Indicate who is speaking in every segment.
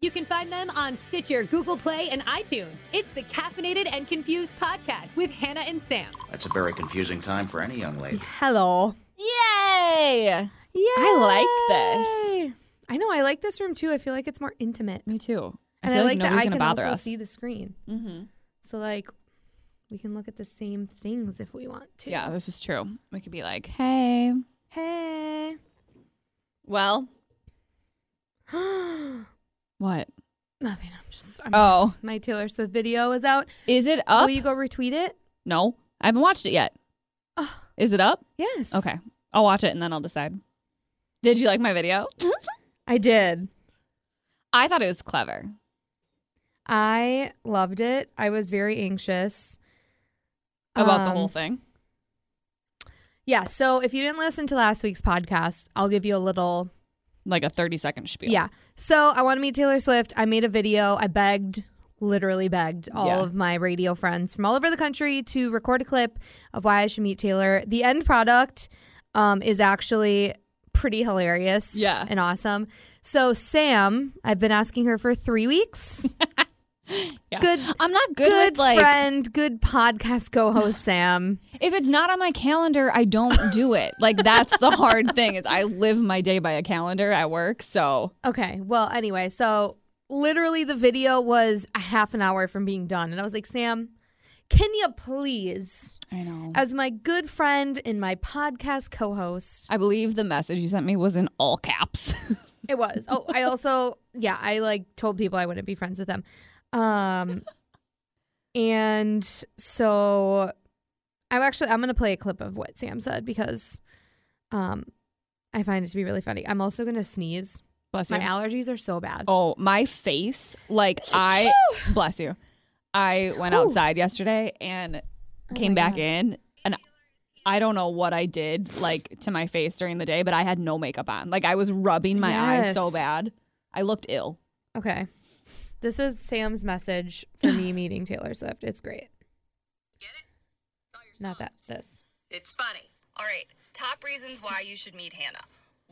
Speaker 1: You can find them on Stitcher, Google Play, and iTunes. It's the Caffeinated and Confused podcast with Hannah and Sam.
Speaker 2: That's a very confusing time for any young lady.
Speaker 3: Hello.
Speaker 4: Yay!
Speaker 3: Yeah.
Speaker 4: I like
Speaker 3: this. I know. I like this room too. I feel like it's more intimate.
Speaker 4: Me too. I
Speaker 3: and
Speaker 4: feel
Speaker 3: I like, that
Speaker 4: nobody's
Speaker 3: I
Speaker 4: gonna
Speaker 3: can
Speaker 4: bother
Speaker 3: also
Speaker 4: us.
Speaker 3: see the screen.
Speaker 4: Mm-hmm.
Speaker 3: So like we can look at the same things if we want to.
Speaker 4: Yeah, this is true. We could be like, hey,
Speaker 3: Hey.
Speaker 4: well,
Speaker 3: Nothing.
Speaker 4: what?
Speaker 3: I'm just I'm,
Speaker 4: Oh,
Speaker 3: my Taylor Swift video is out.
Speaker 4: is it up?
Speaker 3: Will you go retweet it?
Speaker 4: no, I haven't watched it yet.
Speaker 3: Oh.
Speaker 4: Is it up?
Speaker 3: Yes.
Speaker 4: Okay, I'll watch it and then I'll decide. Did you like my video?
Speaker 3: I did.
Speaker 4: I thought it was clever.
Speaker 3: I loved it. I was very anxious
Speaker 4: about the
Speaker 3: Um,
Speaker 4: whole thing.
Speaker 3: Yeah. So if you didn't listen to last week's podcast, I'll give you a little.
Speaker 4: Like a 30 second spiel.
Speaker 3: Yeah. So I want to meet Taylor Swift. I made a video. I begged, literally begged all
Speaker 4: Yeah.
Speaker 3: of my radio friends from all over the country to record a clip of why I should meet Taylor. The end product um, is actually pretty hilarious
Speaker 4: Yeah.
Speaker 3: and awesome. So Sam, I've been asking her for three weeks.
Speaker 4: Yeah.
Speaker 3: Good.
Speaker 4: I'm not good,
Speaker 3: Good
Speaker 4: with like,
Speaker 3: friend, good podcast co-host Sam.
Speaker 4: if it's not on my calendar, I don't do it. like, that's the hard thing is I live my day by a calendar at work. So,
Speaker 3: Okay. Well, anyway, so literally the video was a half an hour from being done. And I was like, Sam, can you please,
Speaker 4: I know.
Speaker 3: as my good friend and my podcast co host,
Speaker 4: I believe the message you sent me was in all caps.
Speaker 3: it was. Oh, I also, yeah, I like told people I wouldn't be friends with them. Um, and so I'm actually, I'm going to play a clip of what Sam said because, um, I find it to be really funny. I'm also going to sneeze.
Speaker 4: Bless you.
Speaker 3: My allergies are so bad.
Speaker 4: oh, my face. Like, I, bless you. I went
Speaker 3: Ooh.
Speaker 4: outside yesterday and came
Speaker 3: Oh my
Speaker 4: back
Speaker 3: God.
Speaker 4: in and I don't know what I did like to my face during the day, but I had no makeup on. Like I was rubbing my eyes so
Speaker 3: Yes.
Speaker 4: bad. I looked ill.
Speaker 3: Okay. This is Sam's message for me meeting Taylor Swift. It's great. Not that this.
Speaker 5: It's funny. All right. Top reasons why you should meet Hannah.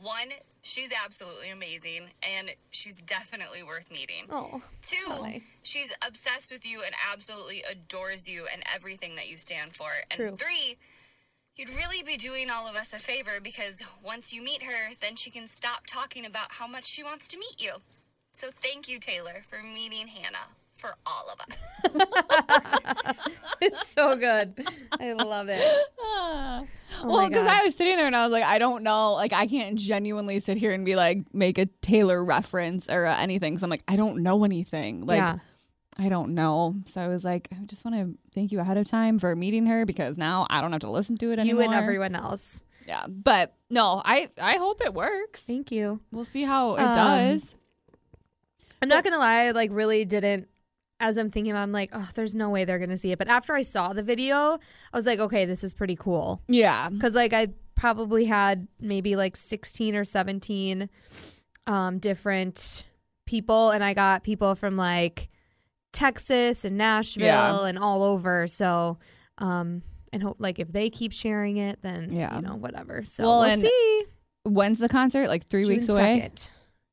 Speaker 5: One, she's absolutely amazing and she's definitely worth meeting.
Speaker 3: Oh.
Speaker 5: Two,
Speaker 3: Holly.
Speaker 5: she's obsessed with you and absolutely adores you and everything that you stand for. And
Speaker 3: True.
Speaker 5: three, you'd really be doing all of us a favor because once you meet her, then she can stop talking about how much she wants to meet you. So thank you, Taylor, for meeting Hannah for all of us.
Speaker 3: It's so good. I love it. Oh
Speaker 4: well,
Speaker 3: my
Speaker 4: because
Speaker 3: God.
Speaker 4: I was sitting there and I was like, I don't know. Like, I can't genuinely sit here and be like, make a Taylor reference or uh, anything. So I'm like, I don't know anything. Like,
Speaker 3: yeah.
Speaker 4: I don't know. So I was like, I just want to thank you ahead of time for meeting her because now I don't have to listen to it
Speaker 3: You
Speaker 4: anymore.
Speaker 3: and everyone else.
Speaker 4: Yeah. But no, I, I hope it works.
Speaker 3: Thank you.
Speaker 4: We'll see how it
Speaker 3: Um,
Speaker 4: does.
Speaker 3: I'm not going to lie. I like really didn't. As I'm thinking, about it, I'm like, oh, there's no way they're going to see it. But after I saw the video, I was like, okay, this is pretty cool.
Speaker 4: Yeah.
Speaker 3: because like I probably had maybe like 16 or 17 um, different people, and I got people from like Texas and Nashville
Speaker 4: Yeah.
Speaker 3: and all over. So, um, and hope like if they keep sharing it, then
Speaker 4: Yeah.
Speaker 3: you know whatever. So
Speaker 4: Well,
Speaker 3: we'll
Speaker 4: and
Speaker 3: see.
Speaker 4: When's the concert? Like three weeks
Speaker 3: June
Speaker 4: away.
Speaker 3: 2nd.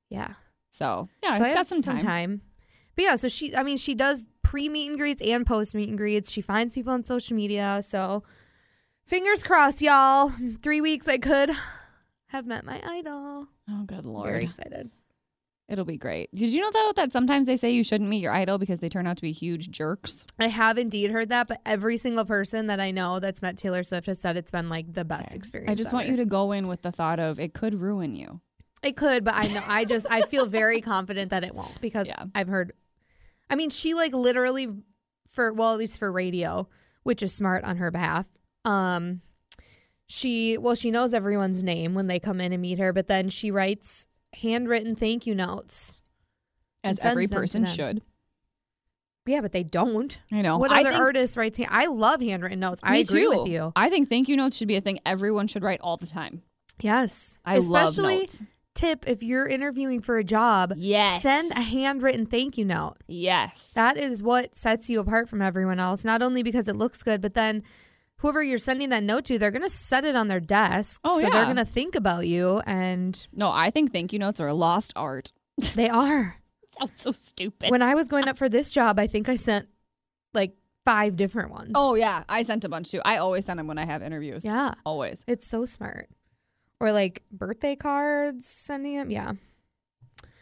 Speaker 3: Yeah,
Speaker 4: So yeah,
Speaker 3: so
Speaker 4: it's
Speaker 3: I have
Speaker 4: got some time.
Speaker 3: But yeah, so she, I mean, she does pre meet and greets and post meet and greets. She finds people on social media. So fingers crossed, y'all. In Three weeks, I could have met my idol.
Speaker 4: Oh, good lord.
Speaker 3: Very excited.
Speaker 4: It'll be great. Did you know though that sometimes they say you shouldn't meet your idol because they turn out to be huge jerks?
Speaker 3: I have indeed heard that, but every single person that I know that's met Taylor Swift has said it's been like the best experience.
Speaker 4: I just want you to go in with the thought of it could ruin you.
Speaker 3: It could, but I know. I just, I feel very confident that it won't because
Speaker 4: Yeah.
Speaker 3: I've heard. I mean, she like literally, for well, at least for radio, which is smart on her behalf. Um, she well, she knows everyone's name when they come in and meet her, but then she writes handwritten thank you notes.
Speaker 4: As
Speaker 3: sends
Speaker 4: every
Speaker 3: them to
Speaker 4: person
Speaker 3: them.
Speaker 4: should.
Speaker 3: Yeah, but they don't.
Speaker 4: I know.
Speaker 3: What
Speaker 4: I
Speaker 3: other
Speaker 4: think-
Speaker 3: artist writes? Hand- I love handwritten notes. I
Speaker 4: Me
Speaker 3: agree
Speaker 4: too.
Speaker 3: with you.
Speaker 4: I think thank you notes should be a thing everyone should write all the time.
Speaker 3: Yes,
Speaker 4: I
Speaker 3: especially
Speaker 4: love notes.
Speaker 3: tip if you're interviewing for a job.
Speaker 4: Yes.
Speaker 3: send a handwritten thank you note.
Speaker 4: Yes.
Speaker 3: That is what sets you apart from everyone else, not only because it looks good, but then whoever you're sending that note to, they're going to set it on their desk.
Speaker 4: Oh,
Speaker 3: so they're
Speaker 4: yeah.
Speaker 3: going to think about you, and
Speaker 4: no, I think thank you notes are a lost art.
Speaker 3: they are.
Speaker 6: Sounds so stupid.
Speaker 3: When I was going up for this job, I think I sent like five different ones.
Speaker 4: Oh yeah, I sent a bunch too. I always send them when I have interviews.
Speaker 3: yeah.
Speaker 4: always.
Speaker 3: It's so smart. Or like birthday cards, sending them. Yeah.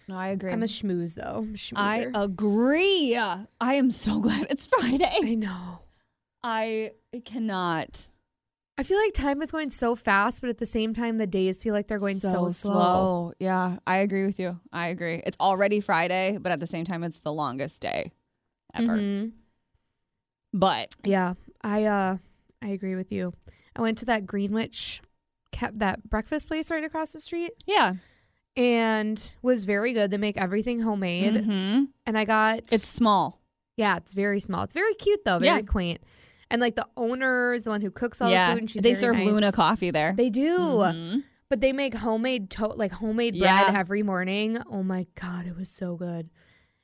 Speaker 4: No, I agree.
Speaker 3: I'm a schmooze though. I'm a
Speaker 4: I
Speaker 3: schmoozer.
Speaker 4: agree. I am so glad it's Friday.
Speaker 3: I know.
Speaker 4: I cannot.
Speaker 3: I feel like time is going so fast, but at the same time, the days feel like they're going so, slow.
Speaker 4: Yeah, I agree with you. I agree. It's already Friday, but at the same time, it's the longest day ever.
Speaker 3: Mhm.
Speaker 4: But
Speaker 3: Yeah, I uh, I agree with you. I went to that Greenwich, kept that breakfast place right across the street,
Speaker 4: yeah,
Speaker 3: and was very good. They make everything homemade,
Speaker 4: Mhm.
Speaker 3: and I got
Speaker 4: it's small.
Speaker 3: yeah, it's very small. It's very cute though, very
Speaker 4: Yeah.
Speaker 3: quaint. And like the owner is the one who cooks all
Speaker 4: yeah,
Speaker 3: the food, and she's
Speaker 4: they
Speaker 3: very
Speaker 4: serve
Speaker 3: nice.
Speaker 4: Luna coffee there.
Speaker 3: They do,
Speaker 4: Mhm.
Speaker 3: but they make homemade to- like homemade bread
Speaker 4: Yeah.
Speaker 3: every morning. Oh my god, it was so good.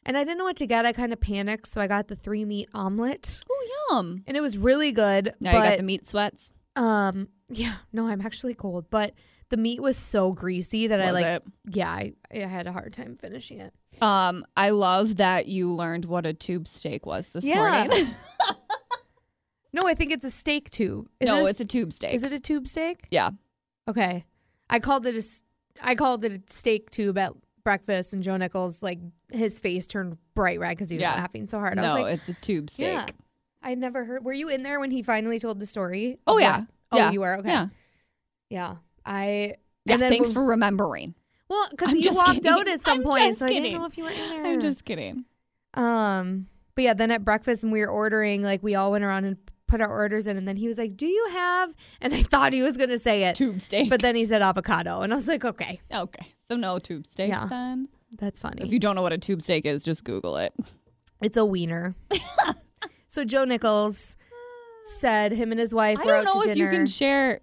Speaker 3: And I didn't know what to get. I kind of panicked, so I got the three meat omelet,
Speaker 4: Oh yum!
Speaker 3: and it was really good.
Speaker 4: Now
Speaker 3: but
Speaker 4: you got the meat sweats.
Speaker 3: Um, yeah, no, I'm actually cold, but the meat was so greasy that I
Speaker 4: Was
Speaker 3: like,
Speaker 4: it?
Speaker 3: yeah, I, I had a hard time finishing it.
Speaker 4: Um, I love that you learned what a tube steak was this
Speaker 3: Yeah.
Speaker 4: morning.
Speaker 3: No, I think it's a steak tube. Is
Speaker 4: no,
Speaker 3: it a,
Speaker 4: it's a tube steak.
Speaker 3: is it a tube steak?
Speaker 4: yeah.
Speaker 3: Okay, I called it a, s- I called it a steak tube at breakfast, and Joe Nichols like his face turned bright red because he was
Speaker 4: Yeah.
Speaker 3: laughing so hard. I
Speaker 4: No,
Speaker 3: was like,
Speaker 4: it's a tube steak.
Speaker 3: yeah, I never heard. Were you in there when he finally told the story?
Speaker 4: Oh
Speaker 3: of
Speaker 4: yeah.
Speaker 3: what- oh,
Speaker 4: yeah.
Speaker 3: you were okay.
Speaker 4: Yeah.
Speaker 3: Yeah. I
Speaker 4: Yeah,
Speaker 3: and then
Speaker 4: thanks
Speaker 3: when-
Speaker 4: for remembering.
Speaker 3: well because
Speaker 6: I'm
Speaker 3: you
Speaker 6: just
Speaker 3: walked
Speaker 6: kidding.
Speaker 3: out at some
Speaker 6: I'm
Speaker 3: point,
Speaker 6: just
Speaker 3: so I
Speaker 6: kidding.
Speaker 3: didn't know if you were in there.
Speaker 4: I'm just kidding.
Speaker 3: Um, but yeah, then at breakfast when we were ordering, like we all went around and put our orders in, and then he was like, "Do you have?" And I thought he was gonna say it,
Speaker 4: Tube steak.
Speaker 3: but then he said avocado, and I was like, "Okay,
Speaker 4: okay. So no tube steak
Speaker 3: Yeah.
Speaker 4: then.
Speaker 3: that's
Speaker 4: If
Speaker 3: funny.
Speaker 4: you don't know what a tube steak is, just Google it.
Speaker 3: it's a wiener." so Joe Nichols said him and his wife
Speaker 4: I
Speaker 3: were
Speaker 4: don't
Speaker 3: out
Speaker 4: know
Speaker 3: to
Speaker 4: if
Speaker 3: dinner.
Speaker 4: you can share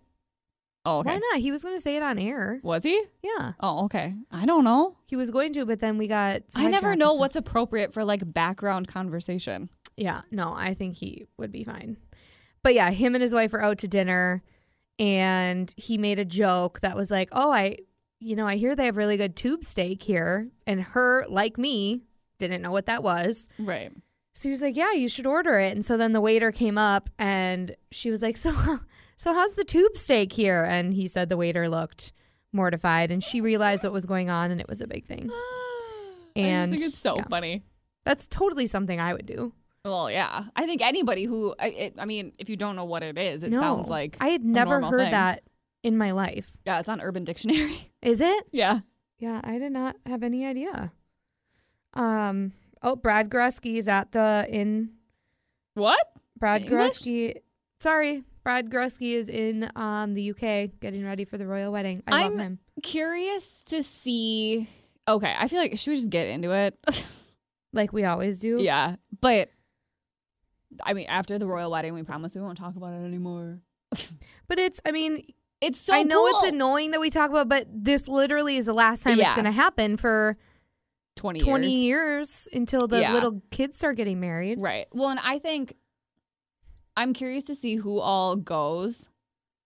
Speaker 4: Oh okay.
Speaker 3: Why not? He was gonna say it on air.
Speaker 4: Was he?
Speaker 3: Yeah,
Speaker 4: Oh, okay. I don't know.
Speaker 3: he was going to, but then we got.
Speaker 4: I never
Speaker 3: sidetracked
Speaker 4: know
Speaker 3: with
Speaker 4: what's appropriate for like background conversation.
Speaker 3: Yeah, no, I think he would be fine. But yeah, him and his wife were out to dinner and he made a joke that was like, "Oh, I you know, I hear they have really good tube steak here." And her, like me, didn't know what that was.
Speaker 4: Right.
Speaker 3: So he was like, "Yeah, you should order it." And so then the waiter came up and she was like, "So so how's the tube steak here?" And he said the waiter looked mortified and she realized what was going on and it was a big thing.
Speaker 4: I just
Speaker 3: And
Speaker 4: think it's so
Speaker 3: yeah.
Speaker 4: funny.
Speaker 3: that's totally something I would do.
Speaker 4: Well, yeah. I think anybody who, I, it, I mean, if you don't know what it is, it sounds like
Speaker 3: I had
Speaker 4: a
Speaker 3: never
Speaker 4: normal
Speaker 3: heard
Speaker 4: thing.
Speaker 3: that in my life.
Speaker 4: Yeah, it's on Urban Dictionary.
Speaker 3: Is it?
Speaker 4: yeah.
Speaker 3: Yeah, I did not have any idea. Um. Oh, Brad Goreski is at the in.
Speaker 4: What?
Speaker 3: Brad
Speaker 4: English?
Speaker 3: Goreski. Sorry, Brad Goreski is in um the UK getting ready for the royal wedding. I
Speaker 4: I'm-
Speaker 3: love him.
Speaker 4: Curious to see. Okay, I feel like should we just get into it?
Speaker 3: Like we always do.
Speaker 4: yeah, but I mean, after the royal wedding, we promise we won't talk about it anymore.
Speaker 3: But it's. I mean,
Speaker 4: It's so.
Speaker 3: I know it's
Speaker 4: cool.
Speaker 3: annoying that we talk about, but this literally is the last time it's
Speaker 4: Yeah.
Speaker 3: going to happen for
Speaker 4: twenty
Speaker 3: twenty
Speaker 4: years.
Speaker 3: years until the
Speaker 4: Yeah.
Speaker 3: little kids start getting married.
Speaker 4: Right. Well, and I think I'm curious to see who all goes,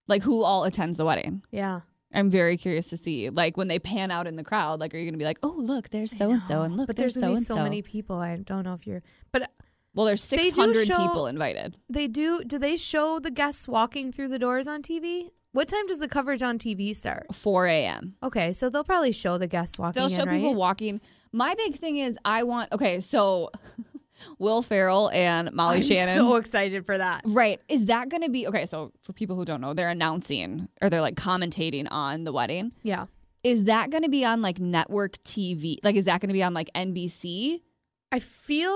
Speaker 4: like who all attends the wedding.
Speaker 3: Yeah.
Speaker 4: I'm very curious to see, like when they pan out in the crowd, like are you gonna be like, oh look, there's
Speaker 3: I
Speaker 4: so and so,
Speaker 3: know.
Speaker 4: and look,
Speaker 3: but there's,
Speaker 4: so
Speaker 3: gonna be
Speaker 4: and
Speaker 3: so many people. I don't know if you're, but
Speaker 4: Well, there's
Speaker 3: They do
Speaker 4: 600
Speaker 3: show-
Speaker 4: people invited.
Speaker 3: they do. Do they show the guests walking through the doors on TV? What time does the coverage on TV start?
Speaker 4: 4 a.m.
Speaker 3: Okay, so they'll probably show the guests walking.
Speaker 4: They'll
Speaker 3: in,
Speaker 4: show people
Speaker 3: right?
Speaker 4: walking. My big thing is I want okay, so Will Farrell and Molly
Speaker 3: I'm
Speaker 4: Shannon.
Speaker 3: so excited for that.
Speaker 4: right. Is that gonna be okay, so for people who don't know, they're announcing or they're like commentating on the wedding.
Speaker 3: Yeah,
Speaker 4: Is that gonna be on like network TV? Like is that gonna be on like NBC?
Speaker 3: I feel.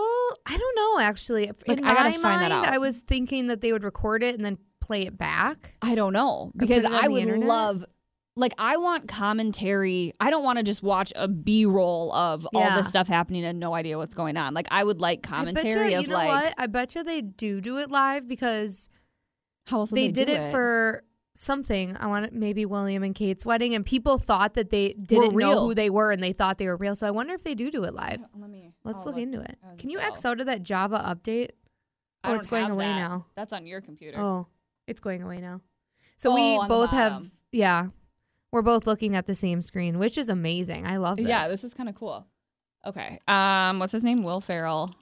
Speaker 3: I don't know. Actually,
Speaker 4: Like,
Speaker 3: in
Speaker 4: I gotta
Speaker 3: my
Speaker 4: find that
Speaker 3: mind,
Speaker 4: out.
Speaker 3: I was thinking that they would record it and then play it back.
Speaker 4: I don't know.
Speaker 3: put
Speaker 4: Because
Speaker 3: it on
Speaker 4: I
Speaker 3: the
Speaker 4: would
Speaker 3: internet?
Speaker 4: love like I want commentary. I don't want to just watch a B roll of all
Speaker 3: Yeah.
Speaker 4: this stuff happening and no idea what's going on. Like I would like
Speaker 3: I bet
Speaker 4: commentary
Speaker 3: you,
Speaker 4: of
Speaker 3: you know
Speaker 4: like
Speaker 3: what? I bet you they do do it live because
Speaker 4: how else would
Speaker 3: they,
Speaker 4: they,
Speaker 3: did
Speaker 4: do
Speaker 3: it, for something. I want it, maybe William and Kate's wedding, and people thought that they didn't know
Speaker 4: real. Oh,
Speaker 3: who they were and they thought they were real. So I wonder if they do do it live.
Speaker 4: Let me.
Speaker 3: Let's
Speaker 4: I'll
Speaker 3: look, into it.
Speaker 4: I was
Speaker 3: Can you
Speaker 4: gonna
Speaker 3: X
Speaker 4: go.
Speaker 3: out of that Java update?
Speaker 4: Oh, I
Speaker 3: Oh,
Speaker 4: don't
Speaker 3: it's going
Speaker 4: have
Speaker 3: away
Speaker 4: that.
Speaker 3: now.
Speaker 4: That's on your computer.
Speaker 3: Oh, it's going away now. So
Speaker 4: Oh,
Speaker 3: we
Speaker 4: on the
Speaker 3: both have,
Speaker 4: bottom.
Speaker 3: yeah, we're both looking at the same screen, which is amazing. I love this.
Speaker 4: yeah, this is kind of cool. Okay. Um, what's his name? Will Ferrell.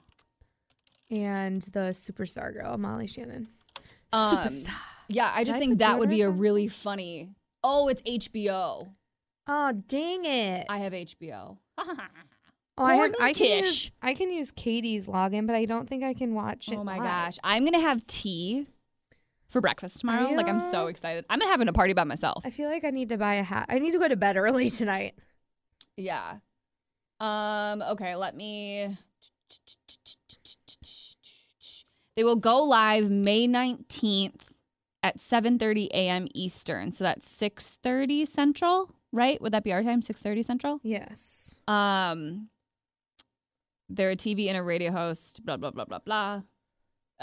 Speaker 3: and the superstar girl Molly Shannon.
Speaker 4: Um,
Speaker 3: superstar.
Speaker 4: Yeah, I
Speaker 3: Did
Speaker 4: just
Speaker 3: I
Speaker 4: think
Speaker 3: put
Speaker 4: that would
Speaker 3: Jordan
Speaker 4: be a
Speaker 3: down?
Speaker 4: really funny. Oh, it's HBO.
Speaker 3: Oh dang it!
Speaker 4: I have HBO.
Speaker 3: oh, I have.
Speaker 4: Gordon
Speaker 3: I can
Speaker 4: Tish.
Speaker 3: use. I can use Katie's login, but I don't think I can watch it.
Speaker 4: oh my
Speaker 3: live.
Speaker 4: gosh, I'm gonna have tea for breakfast tomorrow. Like I'm so
Speaker 3: Yeah.
Speaker 4: excited. I'm gonna having a party by myself.
Speaker 3: I feel like I need to buy a hat. I need to go to bed early tonight.
Speaker 4: Yeah. Um. Okay. Let me. They will go live May nineteenth at seven thirty a.m. Eastern. So that's six thirty Central, right? Would that be our time? Six thirty Central.
Speaker 3: Yes.
Speaker 4: Um, they're a TV and a radio host. Blah blah blah blah blah.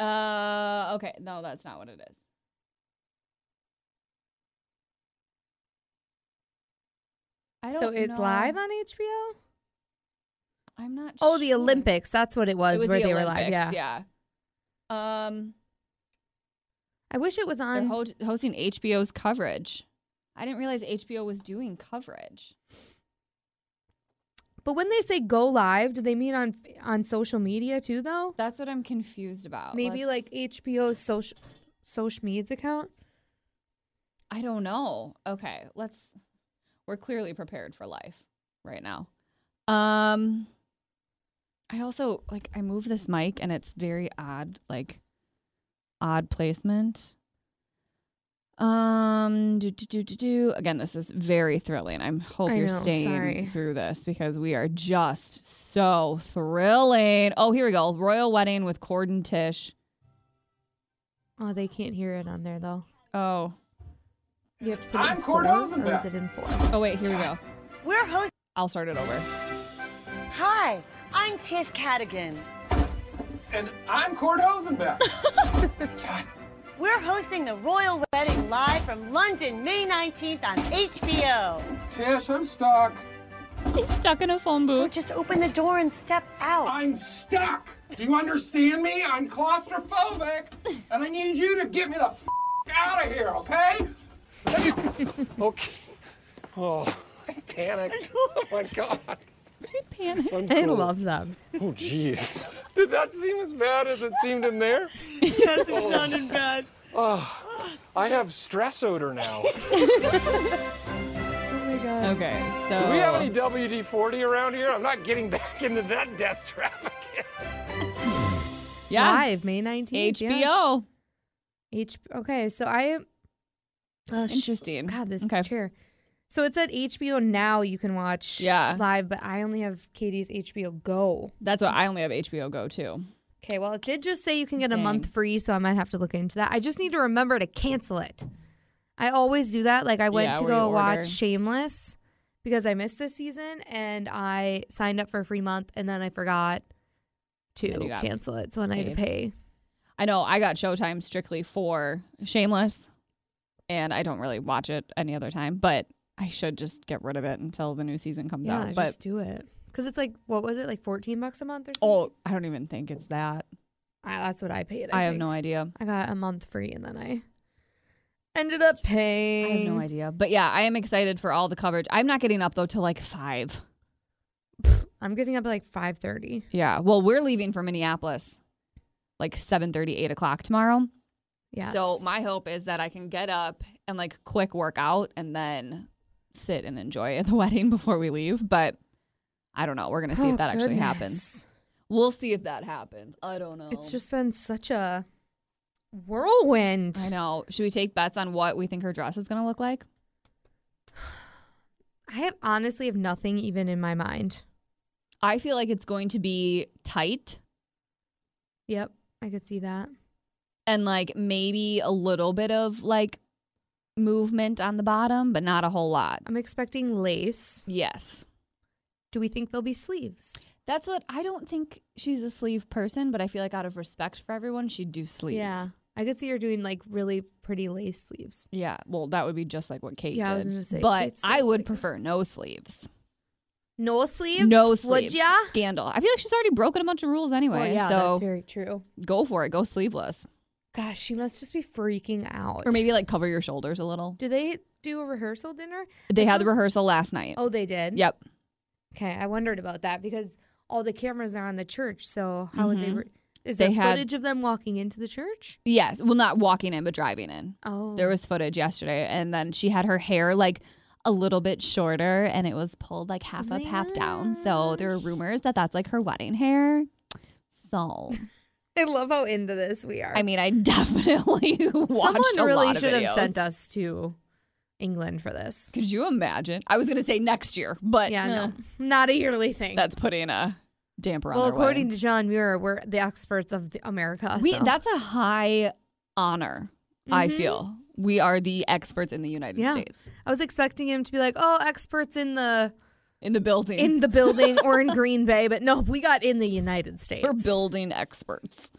Speaker 4: Uh, okay, no, that's not what it is. I
Speaker 3: So
Speaker 4: don't
Speaker 3: it's
Speaker 4: know.
Speaker 3: live on HBO.
Speaker 4: I'm not.
Speaker 3: Oh, the
Speaker 4: sure.
Speaker 3: Olympics. That's what it
Speaker 4: It
Speaker 3: was,
Speaker 4: was
Speaker 3: where
Speaker 4: the
Speaker 3: they were
Speaker 4: Olympics,
Speaker 3: live. Yeah.
Speaker 4: yeah. Um,
Speaker 3: I wish it was
Speaker 4: they're
Speaker 3: on.
Speaker 4: ho- hosting HBO's coverage. I didn't realize HBO was doing coverage.
Speaker 3: but when they say go live, do they mean on on social media too? Though
Speaker 4: That's what I'm confused about.
Speaker 3: maybe
Speaker 4: Uh, Let's-
Speaker 3: like HBO's social social media's account.
Speaker 4: I don't know. Okay, let's. We're clearly prepared for life right now. Um, I also like I move this mic and it's very odd, like odd placement. Um, do do do do do. Again, this is very thrilling. I'm hope
Speaker 3: I
Speaker 4: you're
Speaker 3: know,
Speaker 4: staying
Speaker 3: sorry.
Speaker 4: through this because we are just so thrilling. Oh, here we go. Royal wedding with Corden Tish.
Speaker 3: Oh, they can't hear it on there though.
Speaker 4: Oh,
Speaker 3: You have to put it
Speaker 6: I'm
Speaker 3: in
Speaker 6: Cord
Speaker 3: four, or
Speaker 6: Rosenblatt.
Speaker 3: is it in four?
Speaker 4: oh wait, here we go.
Speaker 7: We're host.
Speaker 4: I'll start it over.
Speaker 7: Hi, I'm Tish Cadigan.
Speaker 6: And I'm Cord Ozenbeck.
Speaker 7: We're hosting the royal wedding live from London, May 19th on HBO.
Speaker 6: Tish, I'm stuck.
Speaker 4: He's stuck in a phone
Speaker 7: Or
Speaker 4: booth.
Speaker 7: just open the door and step out.
Speaker 6: I'm stuck. Do you understand me? I'm claustrophobic, and I need you to get me the f- out of here, okay? Now. okay. Oh, I panicked. Oh my god. I'm
Speaker 3: I
Speaker 6: cool.
Speaker 3: love them.
Speaker 6: Oh, jeez. Did that seem as bad as it seemed in there?
Speaker 7: Yes, it sounded bad.
Speaker 6: I have stress odor now.
Speaker 3: Oh my god.
Speaker 4: Okay, so
Speaker 6: Do we have any WD 40 around here? I'm not getting back into that death trap again.
Speaker 4: yeah,
Speaker 3: Live May nineteenth.
Speaker 4: HBO.
Speaker 3: H. Okay, so I. Oh, sh-
Speaker 4: Interesting.
Speaker 3: God, this
Speaker 4: okay.
Speaker 3: chair. So it's at HBO now. You can watch
Speaker 4: Yeah.
Speaker 3: live, but I only have Katie's HBO Go.
Speaker 4: That's what I only have HBO Go too.
Speaker 3: Okay, well, it did just say you can get a month
Speaker 4: Dang.
Speaker 3: free, so I might have to look into that. I just need to remember to cancel it. I always do that. Like I went
Speaker 4: Yeah,
Speaker 3: to
Speaker 4: where you
Speaker 3: go
Speaker 4: order.
Speaker 3: watch Shameless because I missed this season, and I signed up for a free month, and then I forgot
Speaker 4: And you
Speaker 3: to
Speaker 4: got
Speaker 3: cancel it, so then I had to
Speaker 4: paid.
Speaker 3: pay.
Speaker 4: I know I got Showtime strictly for Shameless, and I don't really watch it any other time. But I should just get rid of it until the new season comes
Speaker 3: Yeah,
Speaker 4: out. But
Speaker 3: just do it because it's like what was it like fourteen bucks a month or something?
Speaker 4: oh, I don't even think it's that.
Speaker 3: Ah, that's what I paid.
Speaker 4: I,
Speaker 3: I,
Speaker 4: have
Speaker 3: think.
Speaker 4: no idea.
Speaker 3: I got a month free, and then I ended up
Speaker 4: I
Speaker 3: paying.
Speaker 4: have no idea. But yeah, I am excited for all the coverage. I'm not getting up though till like five.
Speaker 3: I'm getting up at like five thirty.
Speaker 4: Yeah. Well, we're leaving for Minneapolis like 7:30, 8 o'clock tomorrow.
Speaker 3: Yeah.
Speaker 4: So my hope is that I can get up and like quick work out and then sit and enjoy the wedding before we leave. But I don't know. We're
Speaker 3: Oh,
Speaker 4: gonna see if that actually happens. We'll see if that happens. I don't know.
Speaker 3: It's just been such a whirlwind.
Speaker 4: I know. Should we take bets on what we think her dress is gonna look like?
Speaker 3: I have honestly have nothing even in my mind.
Speaker 4: I feel like it's going to be tight
Speaker 3: Yep, I could see that.
Speaker 4: and like maybe a little bit of like movement on the bottom, but not a whole lot.
Speaker 3: I'm expecting lace.
Speaker 4: Yes.
Speaker 3: Do we think there'll be sleeves?
Speaker 4: That's what I don't think she's a sleeve person, but I feel like out of respect for everyone, she'd do sleeves.
Speaker 3: Yeah, I could see her doing like really pretty lace sleeves.
Speaker 4: Yeah. Well, that would be just like what Kate
Speaker 3: Yeah,
Speaker 4: did.
Speaker 3: I was gonna say,
Speaker 4: but
Speaker 3: Kate's
Speaker 4: I
Speaker 3: was
Speaker 4: would
Speaker 3: like-
Speaker 4: prefer no sleeves.
Speaker 3: No sleeves.
Speaker 4: No
Speaker 3: Would
Speaker 4: sleeves.
Speaker 3: ya?
Speaker 4: Scandal. I feel like she's already broken a bunch of rules anyway.
Speaker 3: Well, yeah,
Speaker 4: so
Speaker 3: that's very true.
Speaker 4: go for it. Go sleeveless.
Speaker 3: Gosh, she must just be freaking out.
Speaker 4: Or maybe like cover your shoulders a little.
Speaker 3: do they do a rehersal dinner?
Speaker 4: They
Speaker 3: This
Speaker 4: had the
Speaker 3: was-
Speaker 4: rehearsal last night.
Speaker 3: Oh, they did.
Speaker 4: Yep.
Speaker 3: Okay, I wondered about that because all the cameras are on the church. So how would they?
Speaker 4: Mhm.
Speaker 3: Re- is
Speaker 4: They
Speaker 3: there
Speaker 4: had-
Speaker 3: footage of them walking into the church?
Speaker 4: Yes. Well, not walking in, but driving in.
Speaker 3: Oh,
Speaker 4: There was footage yesterday, and then she had her hair like a little bit shorter, and it was pulled like half
Speaker 3: Oh my
Speaker 4: up, half down. So there were rumors that that's like her wedding hair. So
Speaker 3: I love how into this we are.
Speaker 4: I mean, I definitely watched
Speaker 3: someone
Speaker 4: a
Speaker 3: really
Speaker 4: lot of
Speaker 3: should have
Speaker 4: videos.
Speaker 3: sent us to England for this.
Speaker 4: Could you imagine? I was gonna say next year, but
Speaker 3: yeah,
Speaker 4: eh,
Speaker 3: no, not a yearly thing.
Speaker 4: that's putting a damper on.
Speaker 3: well,
Speaker 4: their
Speaker 3: according
Speaker 4: wedding.
Speaker 3: to John Muir, we're the experts of the America.
Speaker 4: we,
Speaker 3: so.
Speaker 4: that's a high honor. I
Speaker 3: Mhm.
Speaker 4: feel we are the experts in the United
Speaker 3: Yeah.
Speaker 4: States
Speaker 3: I was expecting him to be like, "Oh, experts in the
Speaker 4: in the building.
Speaker 3: in the building or in Green Bay," but no, we got in the United States.
Speaker 4: We're building experts.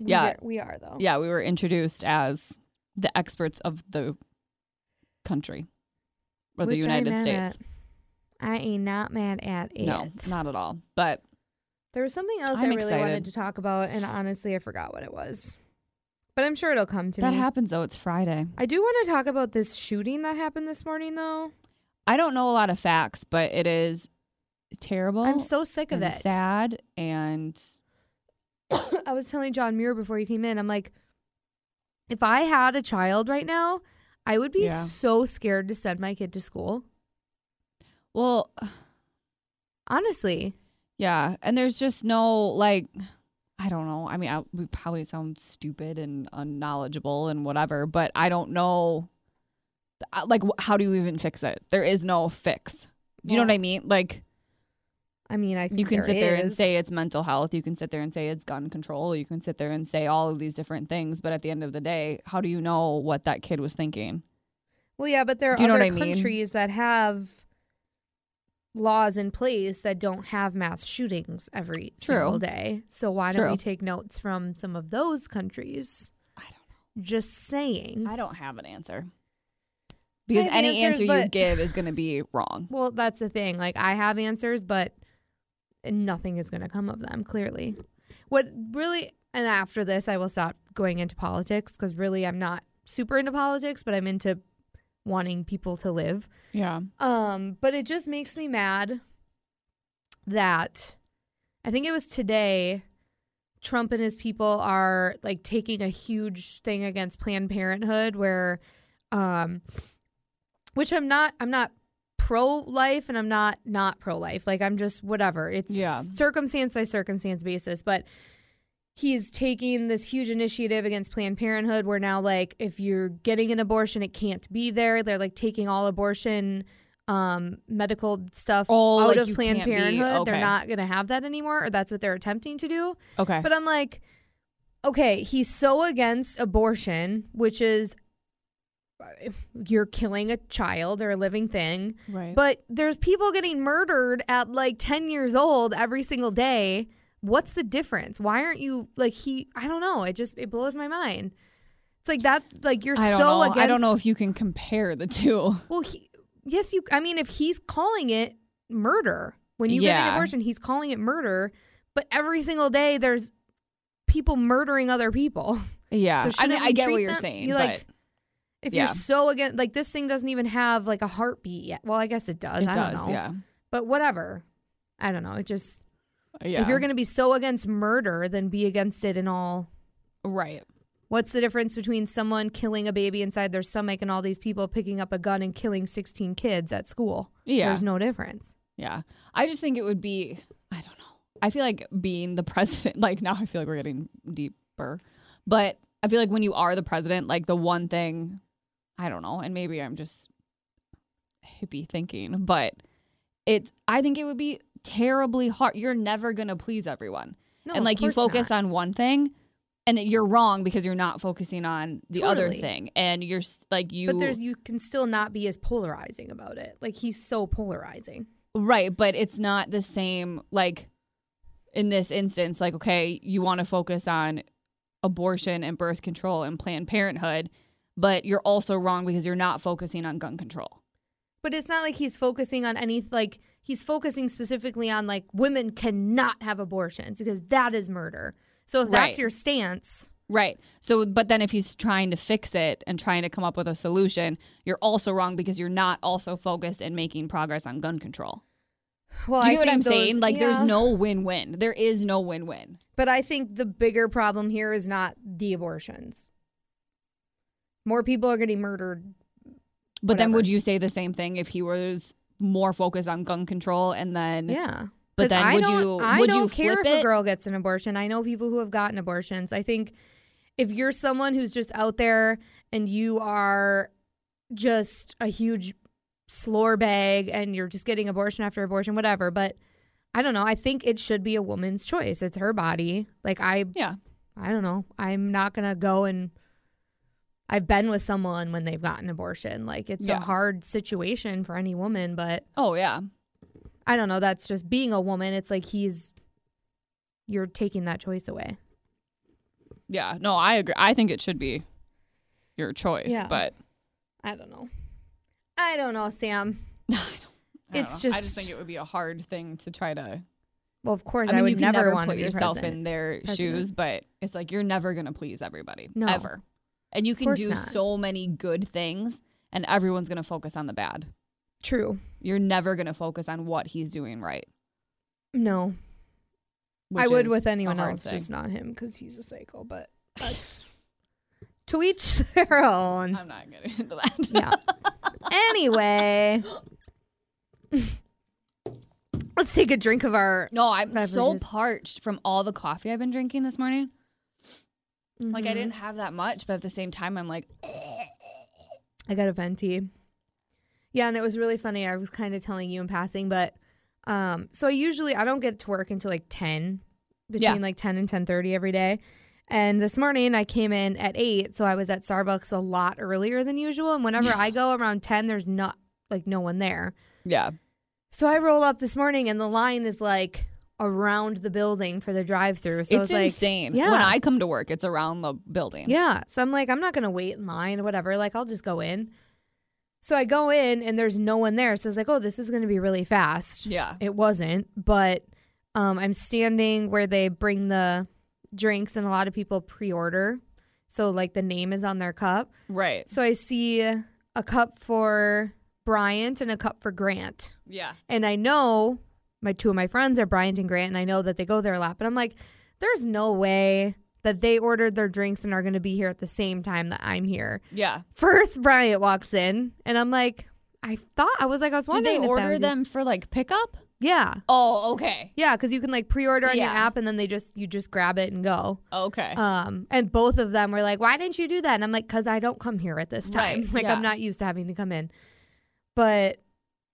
Speaker 3: We
Speaker 4: yeah.
Speaker 3: are- we are though.
Speaker 4: Yeah, we were introduced as the experts of the country or the
Speaker 3: Which I ain't
Speaker 4: United
Speaker 3: mad
Speaker 4: States.
Speaker 3: at. I ain't not mad at it.
Speaker 4: No, not at all. But
Speaker 3: There was something else i
Speaker 4: I'm
Speaker 3: really wanted
Speaker 4: excited.
Speaker 3: to talk about, and honestly, I forgot what it was. But I'm sure it'll come to
Speaker 4: that
Speaker 3: me.
Speaker 4: happens though. It's Friday.
Speaker 3: I do want to talk about this shooting that happened this morning, though.
Speaker 4: I don't know a lot of facts, but it is terrible.
Speaker 3: I'm so sick of
Speaker 4: and
Speaker 3: it.
Speaker 4: Sad and
Speaker 3: I was telling John Muir before you came in, I'm like, if I had a child right now, I would be
Speaker 4: Yeah.
Speaker 3: so scared to send my kid to school.
Speaker 4: well,
Speaker 3: Honestly,
Speaker 4: yeah. And there's just no like I don't know. I mean, I, we probably sound stupid and unknowledgeable and whatever, but I don't know. I- Like, wh- how do you even fix it? There is no fix. Do you know what I mean? Like,
Speaker 3: I mean, I think
Speaker 4: you can
Speaker 3: there
Speaker 4: sit there and
Speaker 3: is.
Speaker 4: say it's mental health. You can sit there and say it's gun control. You can sit there and say all of these different things. But at the end of the day, how do you know what that kid was thinking?
Speaker 3: Well, yeah, but there are
Speaker 4: Do you know
Speaker 3: other
Speaker 4: what I mean?
Speaker 3: countries that have laws in place that don't have mass shootings every
Speaker 4: True.
Speaker 3: single day. So why don't we
Speaker 4: True.
Speaker 3: take notes from some of those countries? I don't know. Just saying.
Speaker 4: I don't have an answer. Because
Speaker 3: have
Speaker 4: any
Speaker 3: answers,
Speaker 4: answer you
Speaker 3: but-
Speaker 4: give is going to be wrong.
Speaker 3: Well, that's the thing. Like I have answers, but nothing is going to come of them. Clearly, what really and after this, I will stop going into politics because really, I'm not super into politics, but I'm into wanting people to live.
Speaker 4: Yeah.
Speaker 3: Um, but it just makes me mad that I think it was today Trump and his people are like taking a huge thing against Planned Parenthood where um which I'm not I'm not pro life and I'm not not pro life. Like I'm just whatever. It's
Speaker 4: Yeah.
Speaker 3: circumstance by circumstance basis, but he's taking this huge initiative against Planned Parenthood where now like if you're getting an abortion it can't be there. They're like taking all abortion um medical stuff
Speaker 4: Oh,
Speaker 3: out
Speaker 4: like
Speaker 3: of
Speaker 4: you
Speaker 3: Planned
Speaker 4: can't be-
Speaker 3: Parenthood. They're
Speaker 4: okay.
Speaker 3: not gonna have that anymore, or that's what they're attempting to do.
Speaker 4: Okay.
Speaker 3: But I'm like, okay, he's so against abortion, which is uh, you're killing a child or a living thing.
Speaker 4: right.
Speaker 3: But there's people getting murdered at like 10 years old every single day. What's the difference? Why aren't you like he? I don't know. It just it blows my mind. It's like that. Like you're
Speaker 4: I don't
Speaker 3: so
Speaker 4: know.
Speaker 3: against.
Speaker 4: I don't know if you can compare the two.
Speaker 3: Well, he, yes, you. I mean, if he's calling it murder when you get an
Speaker 4: Yeah.
Speaker 3: abortion, he's calling it murder. But every single day, there's people murdering other people.
Speaker 4: Yeah.
Speaker 3: So
Speaker 4: I
Speaker 3: shouldn't
Speaker 4: mean, I
Speaker 3: we
Speaker 4: get what
Speaker 3: treat
Speaker 4: you're
Speaker 3: them-
Speaker 4: saying,
Speaker 3: you,
Speaker 4: but
Speaker 3: like, If
Speaker 4: Yeah.
Speaker 3: you're so against, like this thing doesn't even have like a heartbeat yet. Well, I guess it does.
Speaker 4: it
Speaker 3: I
Speaker 4: does.
Speaker 3: don't know.
Speaker 4: Yeah.
Speaker 3: But whatever. I don't know. It just
Speaker 4: Yeah.
Speaker 3: if you're gonna be so against murder, then be against it in all.
Speaker 4: right.
Speaker 3: What's the difference between someone killing a baby inside their stomach and all these people picking up a gun and killing 16 kids at school?
Speaker 4: Yeah.
Speaker 3: There's no difference.
Speaker 4: Yeah. I just think it would be, I don't know. I feel like being the president, like now I feel like we're getting deeper, but I feel like when you are the president, like the one thing, I don't know, and maybe I'm just hippie thinking, but it, I think it would be terribly hard. You're never going to please everyone.
Speaker 3: No,
Speaker 4: and
Speaker 3: of
Speaker 4: like you
Speaker 3: course
Speaker 4: focus
Speaker 3: not.
Speaker 4: on one thing and you're wrong because you're not focusing on the other
Speaker 3: Totally.
Speaker 4: thing. And you're s- like, you,
Speaker 3: But there's you can still not be as polarizing about it. Like he's so polarizing.
Speaker 4: Right, but it's not the same like in this instance like okay, you want to focus on abortion and birth control and planned parenthood, but you're also wrong because you're not focusing on gun control.
Speaker 3: But it's not like he's focusing on any like he's focusing specifically on like women cannot have abortions because that is murder. So if
Speaker 4: Right.
Speaker 3: that's your stance,
Speaker 4: Right. So but then if he's trying to fix it and trying to come up with a solution, you're also wrong because you're not also focused and making progress on gun control.
Speaker 3: Well,
Speaker 4: Do you
Speaker 3: I
Speaker 4: know what
Speaker 3: think
Speaker 4: I'm
Speaker 3: those-
Speaker 4: saying? Like,
Speaker 3: yeah.
Speaker 4: there's no win-win. There is no win-win.
Speaker 3: But I think the bigger problem here is not the abortions. More people are getting murdered.
Speaker 4: But
Speaker 3: Whatever.
Speaker 4: then, would you say the same thing if he was more focused on gun control and then?
Speaker 3: Yeah. 'Cause
Speaker 4: But then,
Speaker 3: I
Speaker 4: would
Speaker 3: don't,
Speaker 4: you?
Speaker 3: I
Speaker 4: would
Speaker 3: don't
Speaker 4: you
Speaker 3: care
Speaker 4: flip
Speaker 3: if
Speaker 4: it?
Speaker 3: a girl gets an abortion. I know people who have gotten abortions. I think if you're someone who's just out there and you are just a huge slore bag and you're just getting abortion after abortion, whatever. But I don't know. I think it should be a woman's choice. It's her body. Like I
Speaker 4: Yeah.
Speaker 3: I don't know. I'm not gonna go and I've been with someone when they've gotten abortion. Like it's
Speaker 4: Yeah.
Speaker 3: a hard situation for any woman, but
Speaker 4: Oh yeah.
Speaker 3: I don't know. That's just being a woman. It's like he's you're taking that choice away.
Speaker 4: Yeah. No, I agree. I think it should be your choice,
Speaker 3: Yeah.
Speaker 4: but
Speaker 3: I don't know. I don't know, Sam.
Speaker 4: I don't. I don't
Speaker 3: It's
Speaker 4: know. I
Speaker 3: just-
Speaker 4: just think it would be a hard thing to try to.
Speaker 3: Well, of course,
Speaker 4: I
Speaker 3: I,
Speaker 4: mean,
Speaker 3: would
Speaker 4: you can
Speaker 3: never,
Speaker 4: never,
Speaker 3: want
Speaker 4: put
Speaker 3: to be
Speaker 4: yourself
Speaker 3: president.
Speaker 4: in their
Speaker 3: President.
Speaker 4: shoes, but it's like you're never gonna please everybody
Speaker 3: No.
Speaker 4: ever, and you can
Speaker 3: course
Speaker 4: do
Speaker 3: not.
Speaker 4: so many good things, and everyone's gonna focus on the bad.
Speaker 3: True.
Speaker 4: You're never gonna focus on what he's doing right.
Speaker 3: No, I
Speaker 4: which
Speaker 3: would
Speaker 4: is
Speaker 3: with
Speaker 4: a
Speaker 3: anyone
Speaker 4: hard
Speaker 3: else,
Speaker 4: thing.
Speaker 3: just not him, because he's a psycho. But that's to each their own.
Speaker 4: I'm not getting into that.
Speaker 3: yeah. Anyway, let's take a drink of our.
Speaker 4: No, I'm so
Speaker 3: Beverages.
Speaker 4: parched from all the coffee I've been drinking this morning. Like I
Speaker 3: Mm-hmm.
Speaker 4: didn't have that much, but at the same time, I'm like,
Speaker 3: I got a venti. Yeah, and it was really funny. I was kind of telling you in passing, but um, so I usually I don't get to work until like ten, between
Speaker 4: Yeah.
Speaker 3: like ten and ten thirty every day. And this morning I came in at eight, so I was at Starbucks a lot earlier than usual. And whenever I go around ten, there's not like no one there.
Speaker 4: yeah,
Speaker 3: So I roll up this morning and the line is like around the building for the drive through. So I
Speaker 4: it's
Speaker 3: was like,
Speaker 4: insane.
Speaker 3: Yeah.
Speaker 4: When I come to work, it's around the building.
Speaker 3: Yeah. So I'm like, I'm not gonna wait in line or whatever. Like, I'll just go in. So I go in and there's no one there. So I was like, oh, this is gonna be really fast.
Speaker 4: yeah,
Speaker 3: It wasn't, but um, I'm standing where they bring the drinks and a lot of people pre-order. So like the name is on their cup.
Speaker 4: right.
Speaker 3: So I see a cup for Bryant and a cup for Grant.
Speaker 4: Yeah,
Speaker 3: And I know my two of my friends are Bryant and Grant, and I know that they go there a lot. But I'm like, there's no way that they ordered their drinks and are going to be here at the same time that I'm here.
Speaker 4: yeah.
Speaker 3: First, Bryant walks in, and I'm like, I thought I was like, I was
Speaker 4: Did they
Speaker 3: wondering if that
Speaker 4: order
Speaker 3: was you.
Speaker 4: them for like pickup?
Speaker 3: Yeah,
Speaker 4: Oh, okay,
Speaker 3: yeah, because you can like pre-order on
Speaker 4: Yeah.
Speaker 3: your app, and then they just you just grab it and go.
Speaker 4: okay.
Speaker 3: Um, and both of them were like, "Why didn't you do that?" And I'm like, "Cause I don't come here at this time.
Speaker 4: Right,
Speaker 3: Like,
Speaker 4: yeah.
Speaker 3: I'm not used to having to come in." But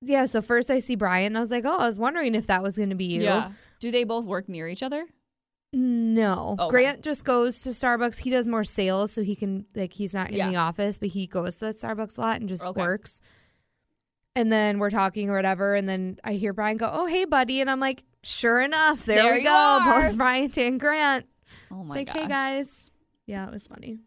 Speaker 3: yeah, so first I see Brian, and I was like, "Oh, I was wondering if that was going to be you."
Speaker 4: Yeah. Do they both work near each other?
Speaker 3: No,
Speaker 4: Oh, Okay.
Speaker 3: Grant just goes to Starbucks. He does more sales, so he can like he's not in
Speaker 4: Yeah.
Speaker 3: the office, but he goes to that Starbucks lot and just
Speaker 4: Okay.
Speaker 3: works. And then we're talking or whatever, and then I hear Brian go, "Oh, hey, buddy," and I'm like, "Sure enough, there,
Speaker 4: There
Speaker 3: we
Speaker 4: you
Speaker 3: go,
Speaker 4: are.
Speaker 3: both Brian and Grant."
Speaker 4: Oh
Speaker 3: it's
Speaker 4: my
Speaker 3: like,
Speaker 4: gosh.
Speaker 3: "Hey guys." Yeah, it was funny.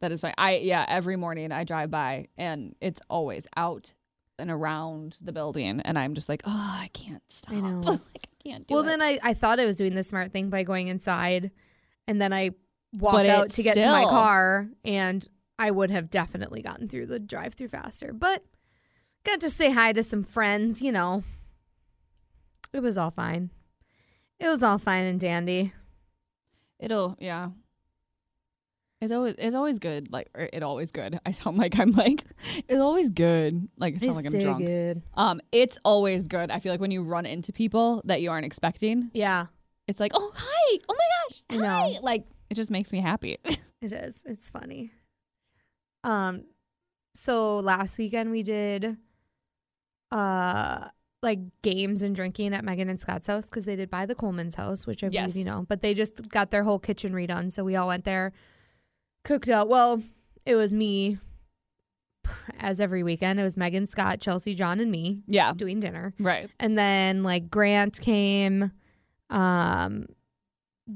Speaker 4: That is fine. I yeah, every morning I drive by and it's always out and around the building and I'm just like, Oh, I can't stop.
Speaker 3: know.
Speaker 4: like I can't do
Speaker 3: well,
Speaker 4: it.
Speaker 3: then I, I thought I was doing the smart thing by going inside, and then I walk
Speaker 4: But
Speaker 3: out
Speaker 4: it's
Speaker 3: to get to my
Speaker 4: still-
Speaker 3: car, and I would have definitely gotten through the drive-through faster. But got to say hi to some friends, you know. It was all fine. It was all fine and dandy.
Speaker 4: it'll yeah. It's always it's always good. Like or it always good. I sound like I'm like it's always good. Like I sound like I'm drunk.
Speaker 3: good.
Speaker 4: Um, it's always good. I feel like when you run into people that you aren't expecting,
Speaker 3: Yeah,
Speaker 4: it's like, Oh hi, oh my gosh.
Speaker 3: I know.
Speaker 4: Hi. Like it just makes me happy.
Speaker 3: it is. It's funny. Um, so last weekend we did, uh, like games and drinking at Megan and Scott's house because they did buy the Coleman's house, which I
Speaker 4: Yes.
Speaker 3: believe you know. But they just got their whole kitchen redone, so we all went there, cooked out. Well, it was me, as every weekend. It was Megan, Scott, Chelsea, John, and me
Speaker 4: yeah.
Speaker 3: doing dinner,
Speaker 4: Right.
Speaker 3: and then like Grant came, um,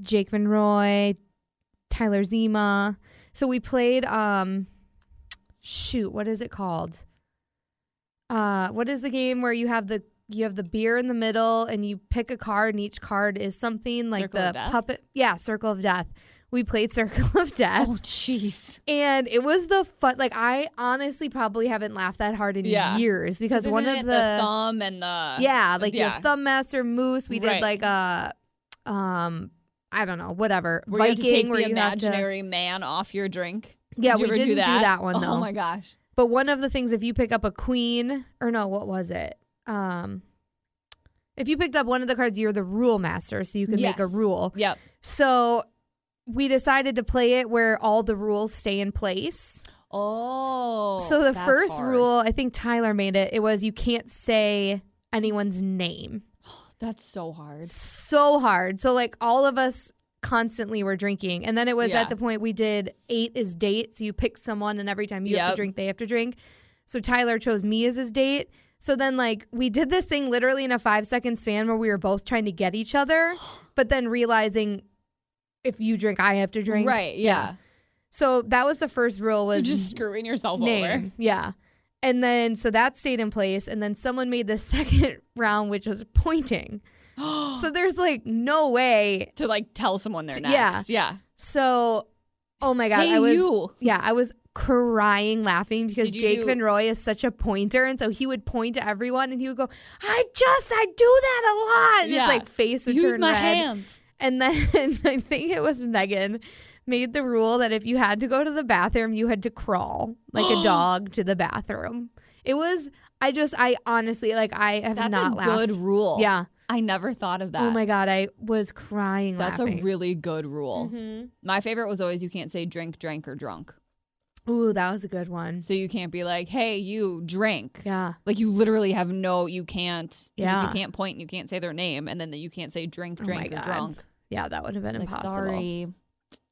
Speaker 3: Jake Van Roy, Tyler Zima. So we played um shoot, what is it called? Uh what is the game where you have the you have the beer in the middle and you pick a card and each card is something like
Speaker 4: Circle
Speaker 3: the
Speaker 4: of Death?
Speaker 3: puppet yeah, Circle of Death. We played Circle of Death.
Speaker 4: Oh, jeez.
Speaker 3: And it was the fun. Like I honestly probably haven't laughed that hard in
Speaker 4: Yeah.
Speaker 3: years because one
Speaker 4: Isn't
Speaker 3: of
Speaker 4: it
Speaker 3: the,
Speaker 4: thumb and the
Speaker 3: yeah, like
Speaker 4: Uh, yeah.
Speaker 3: your thumb master moose. We did
Speaker 4: Right.
Speaker 3: like a um, I don't know, whatever
Speaker 4: where
Speaker 3: Viking
Speaker 4: you have to take
Speaker 3: where
Speaker 4: the
Speaker 3: you have to-
Speaker 4: imaginary man off your drink.
Speaker 3: yeah,
Speaker 4: Did you
Speaker 3: we
Speaker 4: ever
Speaker 3: didn't
Speaker 4: do that,
Speaker 3: one though.
Speaker 4: Oh my gosh.
Speaker 3: But one of the things, if you pick up a queen, or no, what was it? Um, if you picked up one of the cards, you're the rule master, so you can make a
Speaker 4: Yes.
Speaker 3: rule.
Speaker 4: Yep.
Speaker 3: So we decided to play it where all the rules stay in place.
Speaker 4: Oh.
Speaker 3: so the
Speaker 4: that's
Speaker 3: first
Speaker 4: hard.
Speaker 3: rule, I think Tyler made it. It was you can't say anyone's name.
Speaker 4: That's so hard.
Speaker 3: So hard. So like all of us constantly were drinking, and then it was
Speaker 4: Yeah.
Speaker 3: at the point we did eight is date. So you pick someone, and every time you have
Speaker 4: Yep.
Speaker 3: to drink, they have to drink. So Tyler chose me as his date. So then like we did this thing literally in a five second span where we were both trying to get each other, but then realizing if you drink, I have to drink.
Speaker 4: Right. Yeah.
Speaker 3: So that was the first rule
Speaker 4: You're
Speaker 3: was
Speaker 4: just screwing yourself over.
Speaker 3: name. Yeah. And then so that stayed in place. And then someone made the second round, which was pointing. so there's like no way.
Speaker 4: To like tell someone they're
Speaker 3: T- yeah.
Speaker 4: next. Yeah.
Speaker 3: So oh my God.
Speaker 4: Hey,
Speaker 3: I was
Speaker 4: you.
Speaker 3: Yeah, I was crying laughing because
Speaker 4: Did you
Speaker 3: Jake
Speaker 4: do-
Speaker 3: Vinroy is such a pointer. And so he would point to everyone and he would go, I just I do that a lot. And
Speaker 4: Yeah.
Speaker 3: his like face would
Speaker 4: Use
Speaker 3: turn
Speaker 4: my
Speaker 3: red.
Speaker 4: hands.
Speaker 3: And then I think it was Megan made the rule that if you had to go to the bathroom, you had to crawl like a dog to the bathroom. It was, I just, I honestly, like, I have
Speaker 4: That's
Speaker 3: not
Speaker 4: a
Speaker 3: laughed.
Speaker 4: good rule.
Speaker 3: Yeah.
Speaker 4: I never thought of that.
Speaker 3: Oh my God, I was crying
Speaker 4: That's
Speaker 3: laughing.
Speaker 4: a really good rule.
Speaker 3: Mhm.
Speaker 4: My favorite was always you can't say drink, drank, or drunk.
Speaker 3: Mm-hmm. Ooh, that was a good one.
Speaker 4: So you can't be like, hey, you drink.
Speaker 3: Yeah.
Speaker 4: Like you literally have no, you can't. 'cause if
Speaker 3: Yeah.
Speaker 4: You can't point and you can't say their name. And then you can't say drink,
Speaker 3: Oh my
Speaker 4: drink, or
Speaker 3: God.
Speaker 4: drunk.
Speaker 3: Yeah, that would have been
Speaker 4: Like,
Speaker 3: impossible.
Speaker 4: sorry.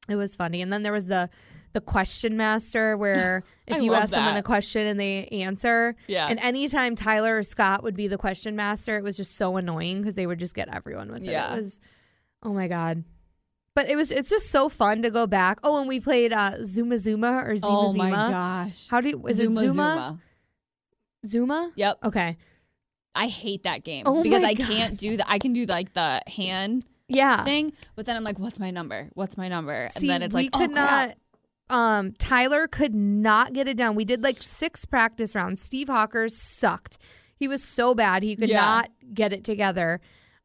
Speaker 3: It was funny. And then there was the the question master where
Speaker 4: I
Speaker 3: if you
Speaker 4: love
Speaker 3: ask someone
Speaker 4: that.
Speaker 3: a question and they answer.
Speaker 4: Yeah.
Speaker 3: And anytime Tyler or Scott would be the question master, it was just so annoying because they would just get everyone with it.
Speaker 4: Yeah.
Speaker 3: It was oh my God. But it was it's just so fun to go back. Oh, and we played uh Zuma Zuma or Zima
Speaker 4: oh
Speaker 3: Zima.
Speaker 4: my gosh.
Speaker 3: How do you is it Zuma?
Speaker 4: Zuma?
Speaker 3: Zuma?
Speaker 4: Yep.
Speaker 3: Okay.
Speaker 4: I hate that game
Speaker 3: Oh
Speaker 4: because
Speaker 3: my
Speaker 4: I
Speaker 3: God.
Speaker 4: can't do that. I can do like the hand
Speaker 3: Yeah.
Speaker 4: thing, but then I'm like, what's my number? What's my number? And
Speaker 3: See,
Speaker 4: then it's
Speaker 3: we
Speaker 4: like,
Speaker 3: could
Speaker 4: oh, crap.
Speaker 3: not. Um, Tyler could not get it down. We did like six practice rounds. Steve Hawker sucked. He was so bad. He could
Speaker 4: Yeah.
Speaker 3: not get it together.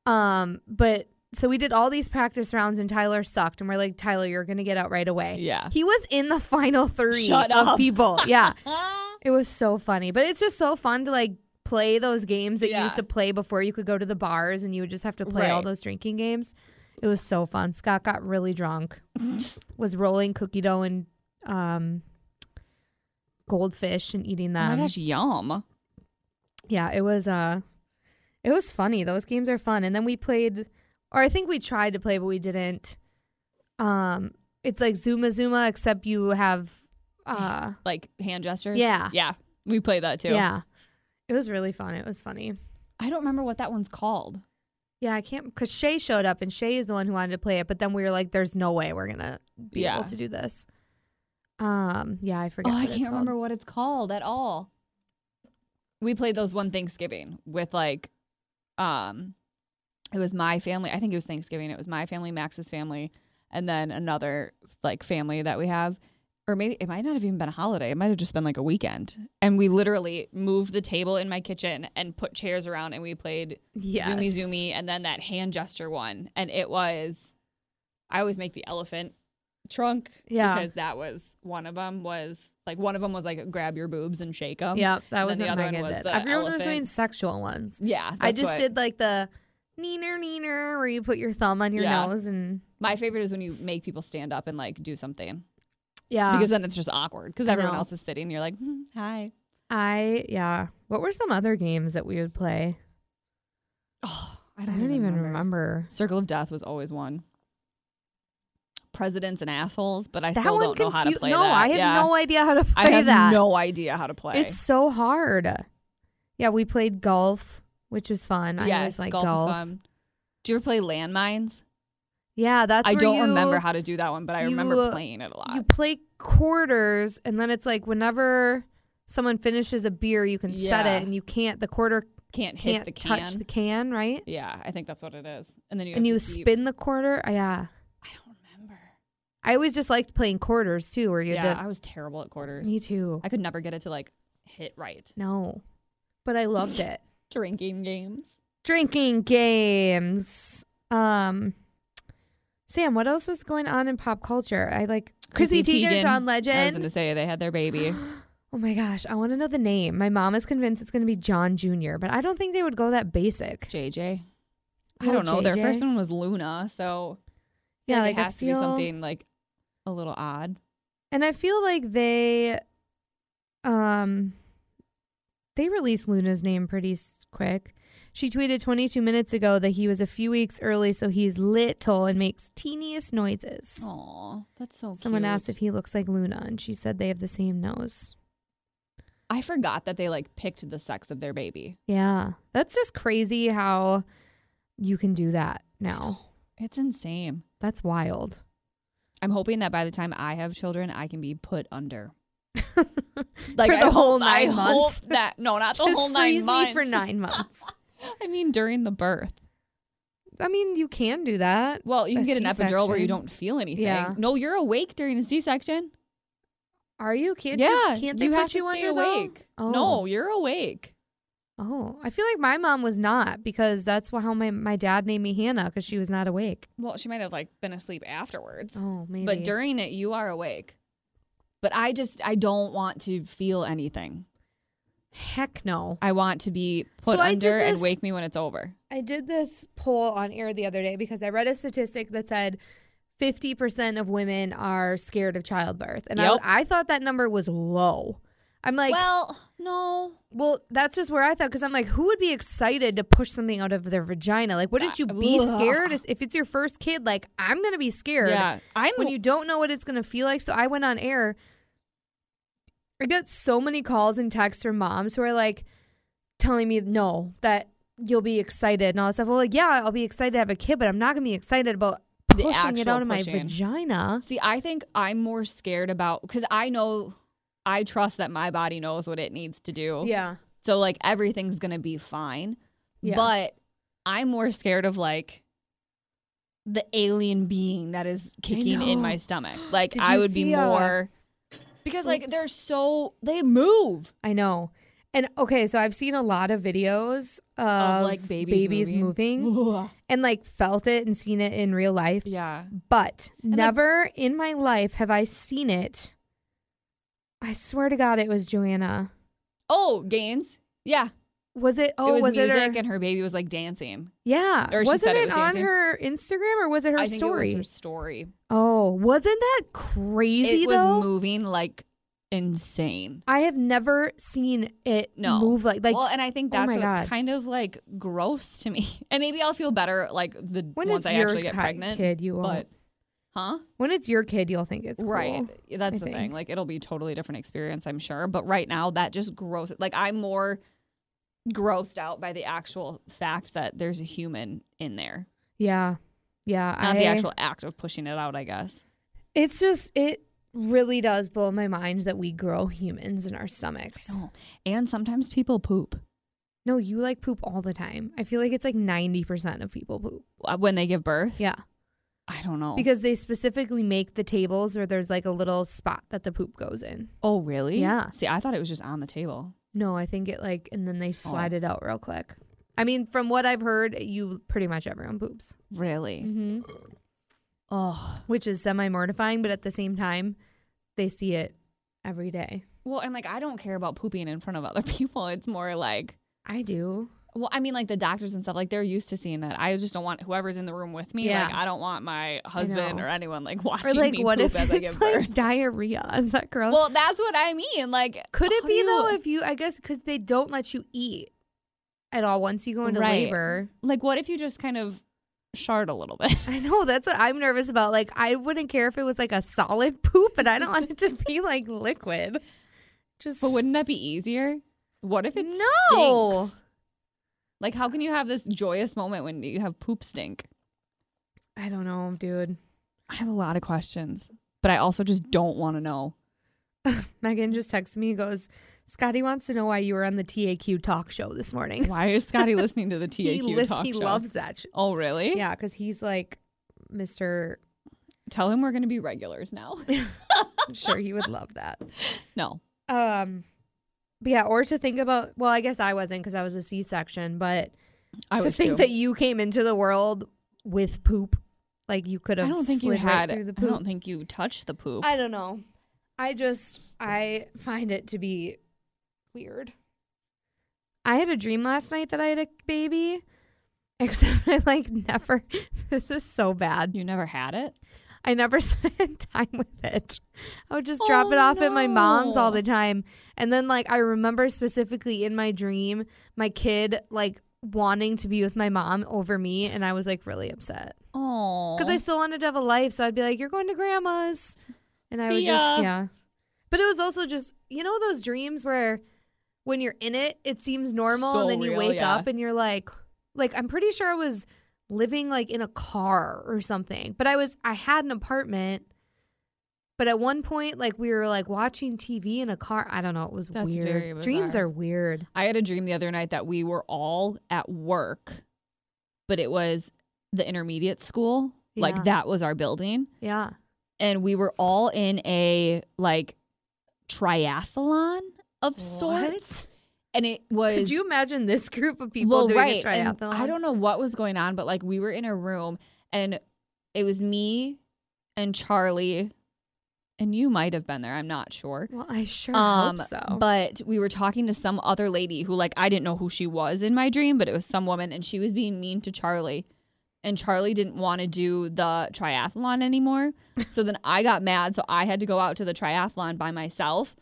Speaker 3: Um, but so we did all these practice rounds, and Tyler sucked. And we're like, Tyler, you're gonna get out right away.
Speaker 4: Yeah.
Speaker 3: He was in the final three
Speaker 4: Shut
Speaker 3: of
Speaker 4: up.
Speaker 3: people. Yeah. it was so funny, but it's just so fun to like play those games that you
Speaker 4: Yeah.
Speaker 3: used to play before you could go to the bars, and you would just have to play all
Speaker 4: Right.
Speaker 3: those drinking games. It was so fun. Scott got really drunk was rolling cookie dough and um, goldfish and eating
Speaker 4: Oh my
Speaker 3: them.
Speaker 4: gosh, yum.
Speaker 3: Yeah, it was uh, it was funny. Those games are fun. And then we played, or I think we tried to play, but we didn't. Um, it's like Zuma Zuma, except you have uh,
Speaker 4: Like hand gestures.
Speaker 3: Yeah.
Speaker 4: Yeah. We play that too.
Speaker 3: yeah. It was really fun. It was funny.
Speaker 4: I don't remember what that one's called.
Speaker 3: Yeah, I can't because Shay showed up and Shay is the one who wanted to play it, but then we were like, "There's no way we're gonna be
Speaker 4: Yeah.
Speaker 3: able to do this." Um, yeah, I forget.
Speaker 4: oh,
Speaker 3: what
Speaker 4: I
Speaker 3: it's
Speaker 4: can't
Speaker 3: called.
Speaker 4: remember what it's called at all. We played those one Thanksgiving with like, um, it was my family. I think it was Thanksgiving. It was my family, Max's family, and then another like family that we have. Or maybe it might not have even been a holiday. It might have just been like a weekend. And we literally moved the table in my kitchen and put chairs around and we played
Speaker 3: Yes.
Speaker 4: Zoomy Zoomy and then that hand gesture one. And it was, I always make the elephant trunk
Speaker 3: Yeah.
Speaker 4: because that was one of them was like one of them was like grab your boobs and shake them.
Speaker 3: Yeah, that
Speaker 4: then
Speaker 3: was
Speaker 4: the
Speaker 3: what
Speaker 4: other one
Speaker 3: Megan
Speaker 4: was
Speaker 3: did.
Speaker 4: the
Speaker 3: Everyone was doing
Speaker 4: elephant.
Speaker 3: sexual ones.
Speaker 4: Yeah,
Speaker 3: I
Speaker 4: that's
Speaker 3: just
Speaker 4: what-
Speaker 3: did like the neener neener where you put your thumb on your
Speaker 4: Yeah.
Speaker 3: nose and
Speaker 4: My favorite is when you make people stand up and like do something
Speaker 3: yeah.
Speaker 4: because then it's just awkward because
Speaker 3: I
Speaker 4: everyone
Speaker 3: know.
Speaker 4: else is sitting. And you're like, hmm, hi.
Speaker 3: I yeah. What were some other games that we would play?
Speaker 4: Oh,
Speaker 3: I don't, even remember.
Speaker 4: Circle of Death was always one. Presidents and assholes, but I
Speaker 3: that
Speaker 4: still
Speaker 3: one
Speaker 4: don't know how to
Speaker 3: confu-
Speaker 4: play
Speaker 3: no,
Speaker 4: that.
Speaker 3: I have
Speaker 4: yeah.
Speaker 3: no idea how to play
Speaker 4: I have
Speaker 3: that.
Speaker 4: no idea how to play.
Speaker 3: It's so hard. Yeah, we played golf, which is fun. I always like golf.
Speaker 4: is fun. Do you ever play landmines?
Speaker 3: Yeah, that's
Speaker 4: I
Speaker 3: where
Speaker 4: don't
Speaker 3: you-
Speaker 4: remember how to do that one, but I
Speaker 3: you-
Speaker 4: remember playing it a lot.
Speaker 3: you play quarters and then it's like whenever someone finishes a beer you can set
Speaker 4: Yeah.
Speaker 3: it and you can't the quarter
Speaker 4: can't hit
Speaker 3: can't
Speaker 4: the can.
Speaker 3: touch the can, right?
Speaker 4: yeah, I think that's what it is. And then you
Speaker 3: and
Speaker 4: have
Speaker 3: you
Speaker 4: to keep-
Speaker 3: spin the quarter. Uh, yeah.
Speaker 4: I don't remember.
Speaker 3: I I always just liked playing quarters too, where you
Speaker 4: yeah,
Speaker 3: had
Speaker 4: I was terrible at
Speaker 3: to.
Speaker 4: quarters.
Speaker 3: Me too.
Speaker 4: I could never get it to like hit right.
Speaker 3: No, but I loved it.
Speaker 4: Drinking games.
Speaker 3: Drinking games. Um, Sam, what else was going on in pop culture? I like Chrissy Teigen, and John
Speaker 4: I was
Speaker 3: Legend.
Speaker 4: going to say they had their baby.
Speaker 3: oh my gosh, I want to know the name. My mom is convinced it's going to be John Jr., but I don't think they would go that basic.
Speaker 4: JJ. I
Speaker 3: No
Speaker 4: don't know. Their
Speaker 3: JJ.
Speaker 4: first one was Luna, so I
Speaker 3: Yeah,
Speaker 4: feel like,
Speaker 3: like, I
Speaker 4: it has to be
Speaker 3: feel-
Speaker 4: something like a little odd.
Speaker 3: And I feel like they, um, they released Luna's name pretty s- quick. She tweeted 22 minutes ago that he was a few weeks early, so he's little and makes teeniest noises.
Speaker 4: Aw, that's so.
Speaker 3: Someone
Speaker 4: cute.
Speaker 3: asked if he looks like Luna, and she said they have the same nose.
Speaker 4: I forgot that they like picked the sex of their baby.
Speaker 3: Yeah, that's just crazy how you can do that now.
Speaker 4: It's insane.
Speaker 3: That's wild.
Speaker 4: I'm hoping that by the time I have children, I can be put under.
Speaker 3: For the
Speaker 4: I
Speaker 3: whole
Speaker 4: hope- I
Speaker 3: nine
Speaker 4: hope
Speaker 3: months.
Speaker 4: That no, not the
Speaker 3: Just
Speaker 4: whole nine
Speaker 3: freeze
Speaker 4: months.
Speaker 3: me for nine months.
Speaker 4: I mean, during the birth.
Speaker 3: I mean, you can do that.
Speaker 4: Well, you
Speaker 3: A
Speaker 4: can get an epidural where you
Speaker 3: C-section.
Speaker 4: don't feel anything.
Speaker 3: Yeah.
Speaker 4: No, you're awake during a C-section.
Speaker 3: Are you? Can't
Speaker 4: yeah,
Speaker 3: They, can't they
Speaker 4: you
Speaker 3: put
Speaker 4: have to
Speaker 3: you
Speaker 4: stay
Speaker 3: under though?
Speaker 4: awake.
Speaker 3: Oh.
Speaker 4: No, you're awake.
Speaker 3: Oh, I feel like my mom was not because that's wh- how my, my dad named me Hannah because she was not awake.
Speaker 4: Well, she might have like been asleep afterwards,
Speaker 3: Oh, maybe.
Speaker 4: but during it, you are awake. But I just I don't want to feel anything.
Speaker 3: heck no.
Speaker 4: I want to be put
Speaker 3: So I did
Speaker 4: under and
Speaker 3: this-
Speaker 4: wake me when it's over.
Speaker 3: I did this poll on air the other day because I read a statistic that said 50% of women are scared of childbirth. And
Speaker 4: Yep.
Speaker 3: I, I thought that number was low. I'm like, well,
Speaker 4: well, no.
Speaker 3: that's just where I thought because I'm like, who would be excited to push something out of their vagina? Like, wouldn't you be
Speaker 4: Ugh.
Speaker 3: scared? If it's your first kid, like, I'm going to be scared.
Speaker 4: Yeah, I'm
Speaker 3: when you don't know what it's going to feel like. So I went on air. I got so many calls and texts from moms who are like telling me, no, that you'll be excited and all that stuff. Well, like, yeah, I'll be excited to have a kid, but I'm not going to be excited about
Speaker 4: The
Speaker 3: pushing it
Speaker 4: actual
Speaker 3: out of my
Speaker 4: pushing.
Speaker 3: vagina.
Speaker 4: See, I think I'm more scared about because I know I trust that my body knows what it needs to do.
Speaker 3: Yeah.
Speaker 4: So like everything's gonna be fine.
Speaker 3: Yeah.
Speaker 4: But I'm more scared of like the alien being that is kicking
Speaker 3: know.
Speaker 4: in my stomach. Like
Speaker 3: Did
Speaker 4: I
Speaker 3: you
Speaker 4: would be
Speaker 3: see, uh,
Speaker 4: more because like
Speaker 3: oops.
Speaker 4: they're so they move.
Speaker 3: I know. And okay, so I've seen a lot of videos of,
Speaker 4: Of, like, babies
Speaker 3: moving.
Speaker 4: moving.
Speaker 3: and like felt it and seen it in real life.
Speaker 4: Yeah.
Speaker 3: But
Speaker 4: like-
Speaker 3: never in my life have I seen it. I swear to God, it was Joanna.
Speaker 4: Oh, Gaines. Yeah.
Speaker 3: Was it? Oh,
Speaker 4: it was,
Speaker 3: it?
Speaker 4: music
Speaker 3: her-
Speaker 4: and her baby was like dancing.
Speaker 3: yeah.
Speaker 4: or she
Speaker 3: wasn't
Speaker 4: said
Speaker 3: it,
Speaker 4: it was
Speaker 3: on
Speaker 4: dancing.
Speaker 3: her Instagram or was it her
Speaker 4: I think
Speaker 3: story?
Speaker 4: it was her story.
Speaker 3: oh, wasn't that crazy
Speaker 4: it was
Speaker 3: though?
Speaker 4: moving like insane.
Speaker 3: I have never seen it
Speaker 4: No.
Speaker 3: move like like.
Speaker 4: well, and I think
Speaker 3: oh
Speaker 4: that's
Speaker 3: my
Speaker 4: what's
Speaker 3: God.
Speaker 4: kind of like gross to me. And maybe I'll feel better like the
Speaker 3: When
Speaker 4: once
Speaker 3: it's
Speaker 4: I
Speaker 3: your
Speaker 4: actually get
Speaker 3: ki-
Speaker 4: pregnant.
Speaker 3: kid, you
Speaker 4: but
Speaker 3: won't.
Speaker 4: huh?
Speaker 3: when it's your kid, you'll think it's
Speaker 4: right.
Speaker 3: cool.
Speaker 4: That's
Speaker 3: I
Speaker 4: the thing.
Speaker 3: think.
Speaker 4: Like it'll be a totally different experience, I'm sure. But right now that just gross like I'm more grossed out by the actual fact that there's a human in there.
Speaker 3: Yeah, yeah.
Speaker 4: Not
Speaker 3: I-
Speaker 4: the actual act of pushing it out, I guess.
Speaker 3: It's just it really does blow my mind that we grow humans in our stomachs.
Speaker 4: No. And sometimes people poop
Speaker 3: No, you like poop all the time. I feel like it's like 90% of people poop.
Speaker 4: uh, when they give birth.
Speaker 3: Yeah.
Speaker 4: I don't know.
Speaker 3: Because they specifically make the tables where there's like a little spot that the poop goes in.
Speaker 4: oh really?
Speaker 3: Yeah.
Speaker 4: See, I thought it was just on the table.
Speaker 3: No, I think it like, and then they slide it out real quick. I mean, from what I've heard, you pretty much everyone poops,
Speaker 4: Really?
Speaker 3: mm-hmm.
Speaker 4: Oh.
Speaker 3: which is semi mortifying, but at the same time, they see it every day.
Speaker 4: Well, and like I don't care about pooping in front of other people. It's more like,
Speaker 3: I do.
Speaker 4: well, I mean, like the doctors and stuff, like they're used to seeing that. I just don't want whoever's in the room with me.
Speaker 3: Yeah.
Speaker 4: Like I don't want my husband
Speaker 3: know.
Speaker 4: or anyone like
Speaker 3: Or
Speaker 4: watching
Speaker 3: like,
Speaker 4: me
Speaker 3: what
Speaker 4: poop
Speaker 3: if
Speaker 4: as I give
Speaker 3: it's like
Speaker 4: birth.
Speaker 3: diarrhea? Is that gross?
Speaker 4: Well, that's what I mean. Like,
Speaker 3: Could it
Speaker 4: how
Speaker 3: be
Speaker 4: do you-
Speaker 3: though if you I guess because they don't let you eat at all once you go into
Speaker 4: Right.
Speaker 3: labor?
Speaker 4: like what if you just kind of shard a little bit?
Speaker 3: I know that's what I'm nervous about. Like I wouldn't care if it was like a solid poop, but I don't want it to be like liquid. Just
Speaker 4: but wouldn't that be easier? What if it's
Speaker 3: No.
Speaker 4: stinks? Like, how can you have this joyous moment when you have poop stink?
Speaker 3: I don't know, dude.
Speaker 4: I have a lot of questions, but I also just don't want to know.
Speaker 3: Megan just texted me and goes, Scotty wants to know why you were on the TAQ talk show this morning.
Speaker 4: Why is Scotty listening to the TAQ
Speaker 3: he lives,
Speaker 4: talk
Speaker 3: he
Speaker 4: show?
Speaker 3: loves that. Sh-
Speaker 4: Oh, really?
Speaker 3: yeah, because he's like Mr.
Speaker 4: Tell him we're going to be regulars now.
Speaker 3: I'm sure he would love that.
Speaker 4: no.
Speaker 3: Um, but yeah, or to think about. Well, I guess I wasn't because I was a C-section, but
Speaker 4: I
Speaker 3: to
Speaker 4: was
Speaker 3: think
Speaker 4: too.
Speaker 3: that you came into the world with poop, like you could have.
Speaker 4: I don't think you
Speaker 3: slid right
Speaker 4: had
Speaker 3: through the
Speaker 4: I
Speaker 3: poop.
Speaker 4: don't think you touched the poop.
Speaker 3: I don't know. I just I find it to be weird. I had a dream last night that I had a baby, except I like never. This is so bad.
Speaker 4: you never had it?
Speaker 3: I never spent time with it. I would just drop it off at my mom's all
Speaker 4: no.
Speaker 3: the time. And then like I remember specifically in my dream my kid like wanting to be with my mom over me and I was like really upset.
Speaker 4: Oh.
Speaker 3: Cuz I still wanted to have a life, so I'd be like you're going to grandma's. And I
Speaker 4: See
Speaker 3: would just
Speaker 4: ya.
Speaker 3: yeah. But it was also just you know those dreams where when you're in it it seems normal
Speaker 4: So
Speaker 3: and then you
Speaker 4: real,
Speaker 3: wake
Speaker 4: yeah.
Speaker 3: up and you're like like I'm pretty sure I was living like in a car or something. But I was I had an apartment. But at one point, like we were like watching TV in a car. I don't know. It was
Speaker 4: That's
Speaker 3: weird.
Speaker 4: very
Speaker 3: Dreams
Speaker 4: bizarre.
Speaker 3: are weird.
Speaker 4: I had a dream the other night that we were all at work, but it was the intermediate school.
Speaker 3: Yeah.
Speaker 4: Like that was our building.
Speaker 3: Yeah.
Speaker 4: And we were all in a like triathlon of sorts. And it was
Speaker 3: Could you imagine this group of people
Speaker 4: well,
Speaker 3: doing
Speaker 4: right.
Speaker 3: a
Speaker 4: and
Speaker 3: triathlon?
Speaker 4: I don't know what was going on, but like we were in a room and it was me and Charlie and you might have been there, I'm not sure.
Speaker 3: Well, I sure
Speaker 4: Um,
Speaker 3: hope so.
Speaker 4: but we were talking to some other lady who, like, I didn't know who she was in my dream, but it was some woman, and she was being mean to Charlie, and Charlie didn't want to do the triathlon anymore. so then I got mad, so I had to go out to the triathlon by myself.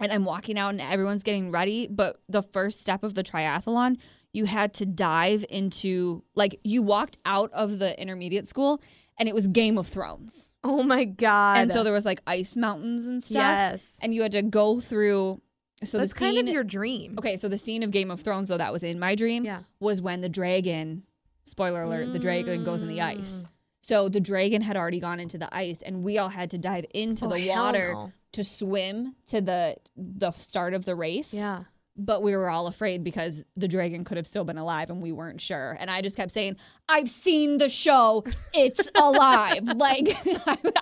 Speaker 4: And I'm walking out, and everyone's getting ready. But the first step of the triathlon, you had to dive into, like, you walked out of the intermediate school, and it was Game of Thrones.
Speaker 3: oh my god.
Speaker 4: And so there was like ice mountains and stuff
Speaker 3: yes,
Speaker 4: and you had to go through. So
Speaker 3: that's
Speaker 4: the
Speaker 3: kind of
Speaker 4: scene-
Speaker 3: your dream.
Speaker 4: okay. So the scene of Game of Thrones, though that was in my dream,
Speaker 3: Yeah.
Speaker 4: was when the dragon. Spoiler alert: the dragon goes in the
Speaker 3: Mm.
Speaker 4: ice. So the dragon had already gone into the ice, and we all had to dive into
Speaker 3: Oh,
Speaker 4: the
Speaker 3: hell
Speaker 4: water
Speaker 3: no.
Speaker 4: to swim to the the start of the race.
Speaker 3: Yeah.
Speaker 4: But we were all afraid because the dragon could have still been alive, and we weren't sure. And I just kept saying, "I've seen the show; it's alive!" like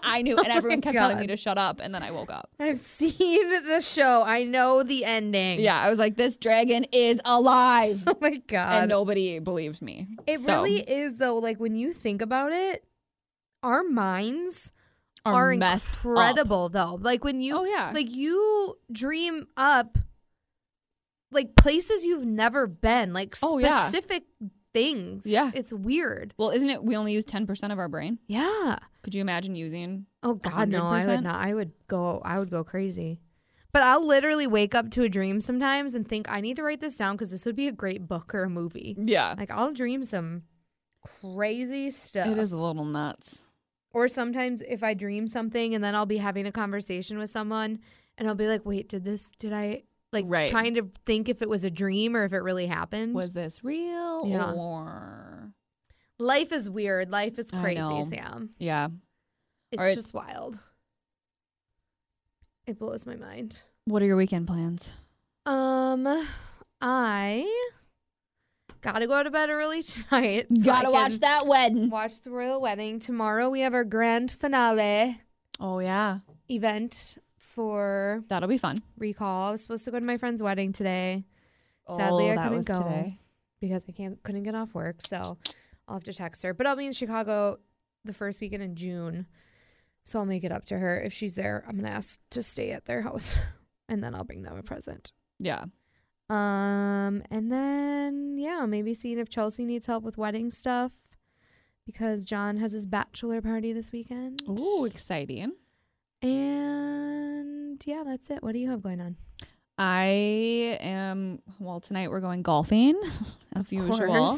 Speaker 4: I, knew, and everyone kept telling me
Speaker 3: Oh God.
Speaker 4: to shut up, and then I woke up.
Speaker 3: I've seen the show. I know the ending.
Speaker 4: Yeah, I was like, this dragon is alive.
Speaker 3: Oh my god.
Speaker 4: and nobody believed me.
Speaker 3: it
Speaker 4: So,
Speaker 3: really is though. Like when you think about it, our minds
Speaker 4: are,
Speaker 3: are,
Speaker 4: messed up.
Speaker 3: incredible though. Like when you
Speaker 4: Oh, yeah.
Speaker 3: like you dream up like places you've never been, like
Speaker 4: Oh, yeah.
Speaker 3: specific things.
Speaker 4: Yeah.
Speaker 3: It's weird.
Speaker 4: Well, isn't it? We only use 10% of our brain.
Speaker 3: Yeah.
Speaker 4: Could you imagine using?
Speaker 3: Oh god, no, I would
Speaker 4: 100%?
Speaker 3: not. I would go I would go crazy. But I'll literally wake up to a dream sometimes and think I need to write this down cuz this would be a great book or a movie.
Speaker 4: Yeah.
Speaker 3: Like I'll dream some crazy stuff.
Speaker 4: It is a little nuts.
Speaker 3: Or sometimes if I dream something and then I'll be having a conversation with someone and I'll be like, wait, did this, did I, like
Speaker 4: Right.
Speaker 3: trying to think if it was a dream or if it really happened?
Speaker 4: Was this real
Speaker 3: Yeah.
Speaker 4: or?
Speaker 3: Life is weird. Life is
Speaker 4: I
Speaker 3: crazy,
Speaker 4: know.
Speaker 3: Sam.
Speaker 4: Yeah.
Speaker 3: It's
Speaker 4: right.
Speaker 3: just wild. It blows my mind.
Speaker 4: What are your weekend plans?
Speaker 3: Um, I gotta go to bed early tonight. so I
Speaker 4: Gotta
Speaker 3: can
Speaker 4: watch that wedding.
Speaker 3: Watch the royal wedding tomorrow. We have our grand finale
Speaker 4: Oh yeah,
Speaker 3: event for
Speaker 4: that'll be fun.
Speaker 3: recall. I was supposed to go to my friend's wedding today Sadly,
Speaker 4: oh,
Speaker 3: I
Speaker 4: that
Speaker 3: couldn't
Speaker 4: was
Speaker 3: go.
Speaker 4: today.
Speaker 3: because I can't couldn't get off work, so I'll have to text her. But I'll be in Chicago the first weekend in June, so I'll make it up to her if she's there. I'm gonna ask to stay at their house, and then I'll bring them a present.
Speaker 4: Yeah.
Speaker 3: Um, and then yeah, maybe seeing if Chelsea needs help with wedding stuff because John has his bachelor party this weekend.
Speaker 4: Ooh, exciting.
Speaker 3: And yeah, that's it. What do you have going on?
Speaker 4: I am. Well, tonight we're going golfing, as usual.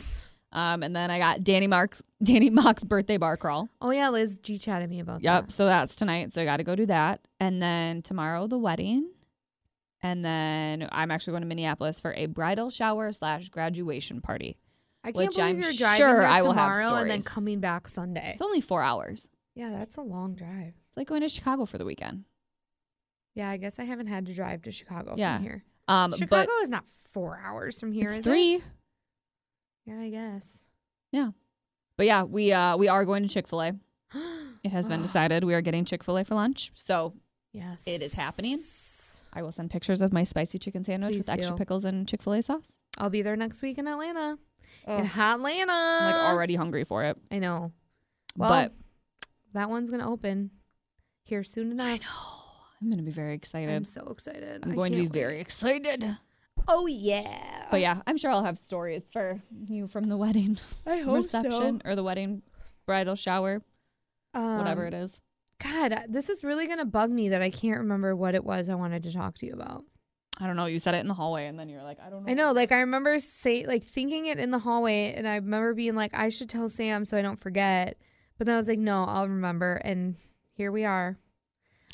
Speaker 4: Um, and then I got Danny Mark's Danny Mock's birthday bar crawl.
Speaker 3: Oh yeah, Liz G chatted me about
Speaker 4: Yep.
Speaker 3: that.
Speaker 4: So that's tonight. So I got to go do that, and then tomorrow the wedding, and then I'm actually going to Minneapolis for a bridal shower slash graduation party.
Speaker 3: I can't
Speaker 4: which
Speaker 3: believe
Speaker 4: I'm
Speaker 3: you're driving
Speaker 4: sure
Speaker 3: there
Speaker 4: I will have
Speaker 3: tomorrow and then
Speaker 4: stories.
Speaker 3: coming back Sunday.
Speaker 4: It's only four hours.
Speaker 3: Yeah, that's a long drive.
Speaker 4: It's like going to Chicago for the weekend.
Speaker 3: Yeah, I guess I haven't had to drive to Chicago
Speaker 4: Yeah.
Speaker 3: from here.
Speaker 4: Um,
Speaker 3: Chicago is not four hours from
Speaker 4: but
Speaker 3: here,
Speaker 4: it's
Speaker 3: is
Speaker 4: three.
Speaker 3: it? Yeah, I guess.
Speaker 4: But yeah, we uh we are going to Chick Fil A. It has been decided we are getting Chick fil A for lunch. So
Speaker 3: Yes.
Speaker 4: It is happening. I will send pictures of my spicy chicken sandwich
Speaker 3: Please
Speaker 4: with extra
Speaker 3: do.
Speaker 4: pickles and Chick fil A sauce.
Speaker 3: I'll be there next week in Atlanta. In
Speaker 4: Ugh.
Speaker 3: Atlanta.
Speaker 4: I'm
Speaker 3: Uh,
Speaker 4: like already hungry for it.
Speaker 3: I know. Well,
Speaker 4: but
Speaker 3: that one's going to open here soon enough.
Speaker 4: I'm going to be very excited.
Speaker 3: I'm
Speaker 4: I'm,
Speaker 3: so excited. I
Speaker 4: going to be
Speaker 3: can't wait.
Speaker 4: very excited.
Speaker 3: Oh, yeah.
Speaker 4: But yeah, I'm sure I'll have stories for you from the wedding
Speaker 3: I
Speaker 4: reception or the wedding bridal shower, whatever it is.
Speaker 3: Um, God, I- this is really going to bug me that I can't remember what it was I wanted to talk to you about.
Speaker 4: I don't know. You said it in the hallway and then you were like, I don't know.
Speaker 3: I know, like I remember say like thinking it in the hallway and I remember being like I should tell Sam so I don't forget. But then I was like no, I'll remember and here we are.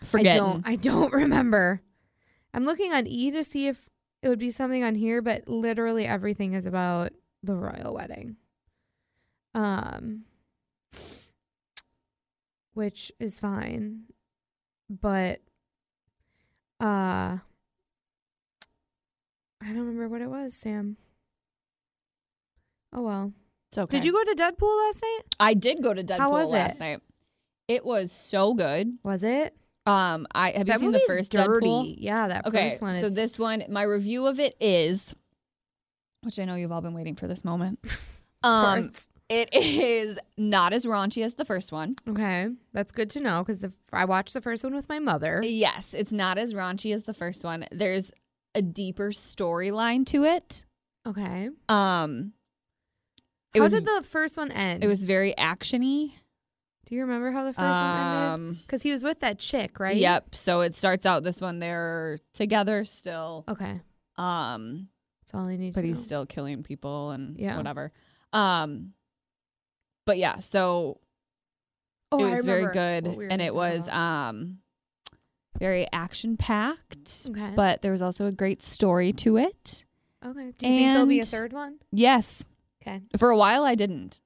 Speaker 4: Forget.
Speaker 3: I don't I don't remember. I'm looking on E to see if it would be something on here, but literally everything is about the royal wedding. Um which is fine. But uh I don't remember what it was, Sam. Oh well.
Speaker 4: It's okay.
Speaker 3: Did you go to Deadpool last night?
Speaker 4: I did go to Deadpool
Speaker 3: How was
Speaker 4: last
Speaker 3: it?
Speaker 4: night. It was so good.
Speaker 3: Was it?
Speaker 4: Um, I have you seen the
Speaker 3: movie's
Speaker 4: first
Speaker 3: dirty.
Speaker 4: Deadpool?
Speaker 3: Yeah, that
Speaker 4: Okay,
Speaker 3: first one.
Speaker 4: so
Speaker 3: it's-
Speaker 4: this one, my review of it is, which I know you've all been waiting for this moment.
Speaker 3: of
Speaker 4: Um,
Speaker 3: course.
Speaker 4: it is not as raunchy as the first one.
Speaker 3: Okay, that's good to know because I watched the first one with my mother.
Speaker 4: Yes, it's not as raunchy as the first one. There's a deeper storyline to it.
Speaker 3: Okay,
Speaker 4: Um, it
Speaker 3: how
Speaker 4: was
Speaker 3: did the first one end?
Speaker 4: it was very actiony.
Speaker 3: Do you remember how the first one ended?
Speaker 4: Um,
Speaker 3: Because he was with that chick, right?
Speaker 4: Yep. So it starts out this one they're together still.
Speaker 3: Okay,
Speaker 4: Um,
Speaker 3: that's all I need.
Speaker 4: but
Speaker 3: to
Speaker 4: he's
Speaker 3: know.
Speaker 4: still killing people and
Speaker 3: Yeah.
Speaker 4: whatever. Um, but yeah, so
Speaker 3: Oh,
Speaker 4: it
Speaker 3: I
Speaker 4: was very
Speaker 3: remember
Speaker 4: good,
Speaker 3: what we were
Speaker 4: and
Speaker 3: gonna
Speaker 4: it
Speaker 3: talk
Speaker 4: was
Speaker 3: about.
Speaker 4: um very action packed.
Speaker 3: Okay.
Speaker 4: But there was also a great story to it.
Speaker 3: okay. Do you think there'll be a
Speaker 4: uh, and-
Speaker 3: third one?
Speaker 4: Yes,
Speaker 3: Okay.
Speaker 4: for a while I didn't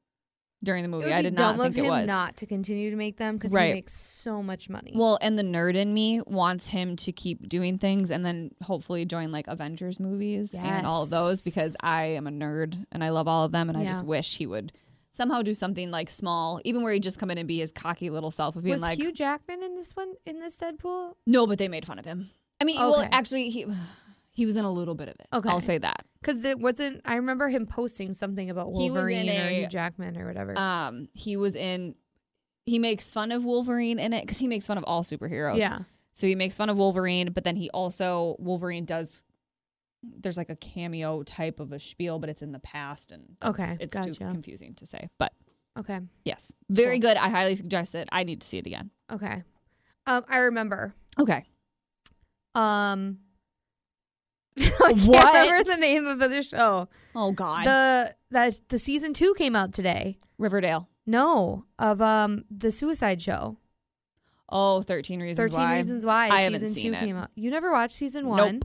Speaker 4: during the
Speaker 3: It
Speaker 4: movie.
Speaker 3: would
Speaker 4: Oh, I
Speaker 3: be
Speaker 4: did
Speaker 3: dumb
Speaker 4: not think
Speaker 3: of
Speaker 4: it
Speaker 3: him
Speaker 4: was.
Speaker 3: not to continue to make them because
Speaker 4: Right.
Speaker 3: he makes so much money.
Speaker 4: well, and the nerd in me wants him to keep doing things and then hopefully join like Avengers movies and all of those because
Speaker 3: Yes.
Speaker 4: I am a nerd and I love all of them and I just
Speaker 3: Yeah.
Speaker 4: wish he would somehow do something like small, even where he'd just come in and be his cocky little self of being
Speaker 3: was
Speaker 4: like,
Speaker 3: Hugh Jackman in this one in this Deadpool?
Speaker 4: no, but they made fun of him. I mean, well,
Speaker 3: Okay.
Speaker 4: actually, he he was in a little bit of it.
Speaker 3: Okay.
Speaker 4: I'll say that.
Speaker 3: Because it wasn't. I remember him posting something about
Speaker 4: He was
Speaker 3: Wolverine
Speaker 4: in
Speaker 3: or
Speaker 4: a-
Speaker 3: Hugh Jackman or whatever.
Speaker 4: Um, he was in. He makes fun of Wolverine in it because he makes fun of all superheroes.
Speaker 3: yeah.
Speaker 4: So he makes fun of Wolverine, but then he also Wolverine does there's like a cameo type of a spiel, but it's in the past and that's-
Speaker 3: Okay,
Speaker 4: it's too
Speaker 3: gotcha.
Speaker 4: confusing to say. But
Speaker 3: Okay.
Speaker 4: yes, very good. I highly suggest it. I need to see it again.
Speaker 3: Okay. Um, I remember.
Speaker 4: Okay.
Speaker 3: Um, I can't
Speaker 4: What?
Speaker 3: remember the name of the show.
Speaker 4: Oh God,
Speaker 3: The that the season two came out today.
Speaker 4: Riverdale.
Speaker 3: No, of um the Suicide Show.
Speaker 4: Oh, 13 reasons.
Speaker 3: Thirteen
Speaker 4: why.
Speaker 3: Reasons Why
Speaker 4: I haven't
Speaker 3: season two
Speaker 4: seen it.
Speaker 3: came out. You never watched season
Speaker 4: Nope.
Speaker 3: one.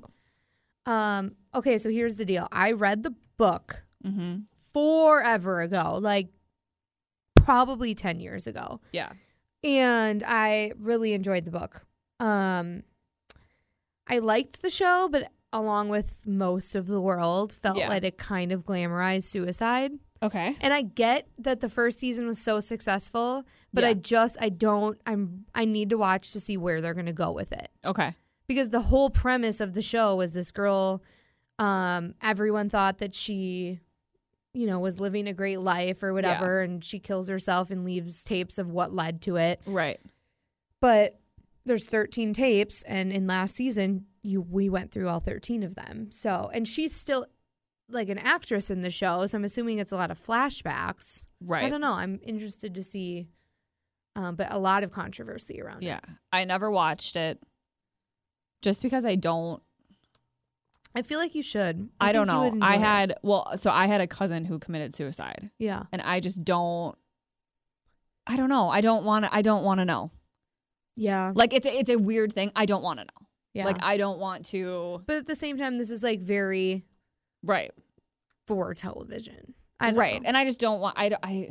Speaker 3: Um. Okay, so here's the deal. I read the book
Speaker 4: Mm-hmm.
Speaker 3: forever ago, like probably ten years ago.
Speaker 4: Yeah.
Speaker 3: and I really enjoyed the book. Um, I liked the show, but along with most of the world, felt
Speaker 4: Yeah.
Speaker 3: like it kind of glamorized suicide.
Speaker 4: Okay.
Speaker 3: And I get that the first season was so successful, but
Speaker 4: Yeah.
Speaker 3: I just I don't I'm I need to watch to see where they're going to go with it
Speaker 4: Okay.
Speaker 3: because the whole premise of the show was this girl um everyone thought that she you know was living a great life or whatever and she kills herself and leaves tapes of what led to it
Speaker 4: Right.
Speaker 3: but there's 13 tapes and in last season you we went through all 13 of them so and she's still like an actress in the show so i'm assuming it's a lot of flashbacks
Speaker 4: Right.
Speaker 3: i don't know i'm interested to see um, but a lot of controversy around it
Speaker 4: Yeah. I never watched it just because I don't
Speaker 3: i feel like you should
Speaker 4: I, don't
Speaker 3: think you would
Speaker 4: know. I
Speaker 3: enjoy it.
Speaker 4: had well, so I had a cousin who committed suicide.
Speaker 3: yeah
Speaker 4: and I just don't. I don't know. I don't want to. I don't want to know.
Speaker 3: yeah
Speaker 4: Like it's a, it's a weird thing. I don't want to know.
Speaker 3: yeah
Speaker 4: Like I don't want to.
Speaker 3: but at the same time this is like very
Speaker 4: Right.
Speaker 3: for television I don't
Speaker 4: right.
Speaker 3: know.
Speaker 4: And I just don't want. I don't. I,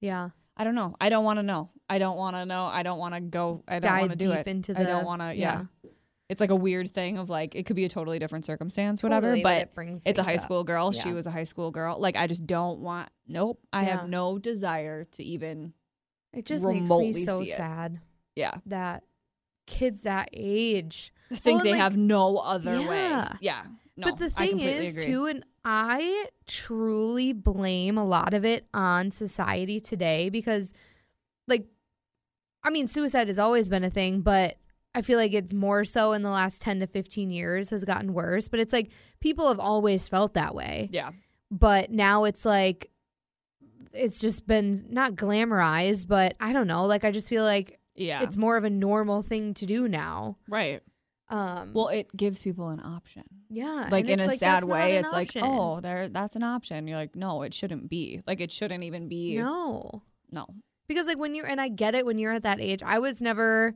Speaker 3: yeah
Speaker 4: I don't know. I don't want to know. I don't want to know. I don't want to go. I don't want to
Speaker 3: dive
Speaker 4: do
Speaker 3: deep
Speaker 4: it.
Speaker 3: into the
Speaker 4: I don't want to. Yeah. It's like a weird thing of like it could be a totally different circumstance, whatever.
Speaker 3: Totally,
Speaker 4: but
Speaker 3: it brings
Speaker 4: it's a
Speaker 3: things
Speaker 4: high
Speaker 3: up.
Speaker 4: school girl. She
Speaker 3: Yeah.
Speaker 4: was a high school girl. Like I just don't want. Nope. I
Speaker 3: Yeah.
Speaker 4: have no desire to even
Speaker 3: It just
Speaker 4: remotely
Speaker 3: makes me so
Speaker 4: see it.
Speaker 3: sad
Speaker 4: Yeah.
Speaker 3: that kids that age
Speaker 4: think
Speaker 3: and,
Speaker 4: they
Speaker 3: like-
Speaker 4: have no other way.
Speaker 3: Yeah.
Speaker 4: Yeah. No,
Speaker 3: but the
Speaker 4: I
Speaker 3: thing
Speaker 4: completely
Speaker 3: is,
Speaker 4: agree.
Speaker 3: too, and I truly blame a lot of it on society today because, like, I mean, suicide has always been a thing, but I feel like it's more so in the last 10 to 15 years has gotten worse. But it's like people have always felt that way.
Speaker 4: Yeah.
Speaker 3: But now it's like, it's just been not glamorized, but I don't know. Like, I just feel like
Speaker 4: Yeah.
Speaker 3: it's more of a normal thing to do now.
Speaker 4: right.
Speaker 3: Um,
Speaker 4: Well, it gives people an option.
Speaker 3: yeah.
Speaker 4: Like
Speaker 3: and
Speaker 4: in
Speaker 3: it's
Speaker 4: a
Speaker 3: that's
Speaker 4: sad
Speaker 3: not
Speaker 4: way,
Speaker 3: an
Speaker 4: it's
Speaker 3: option.
Speaker 4: like, oh, there, that's an option. You're like, no, it shouldn't be. Like it shouldn't even be.
Speaker 3: no.
Speaker 4: No.
Speaker 3: because like when you're and i get it when you're at that age i was never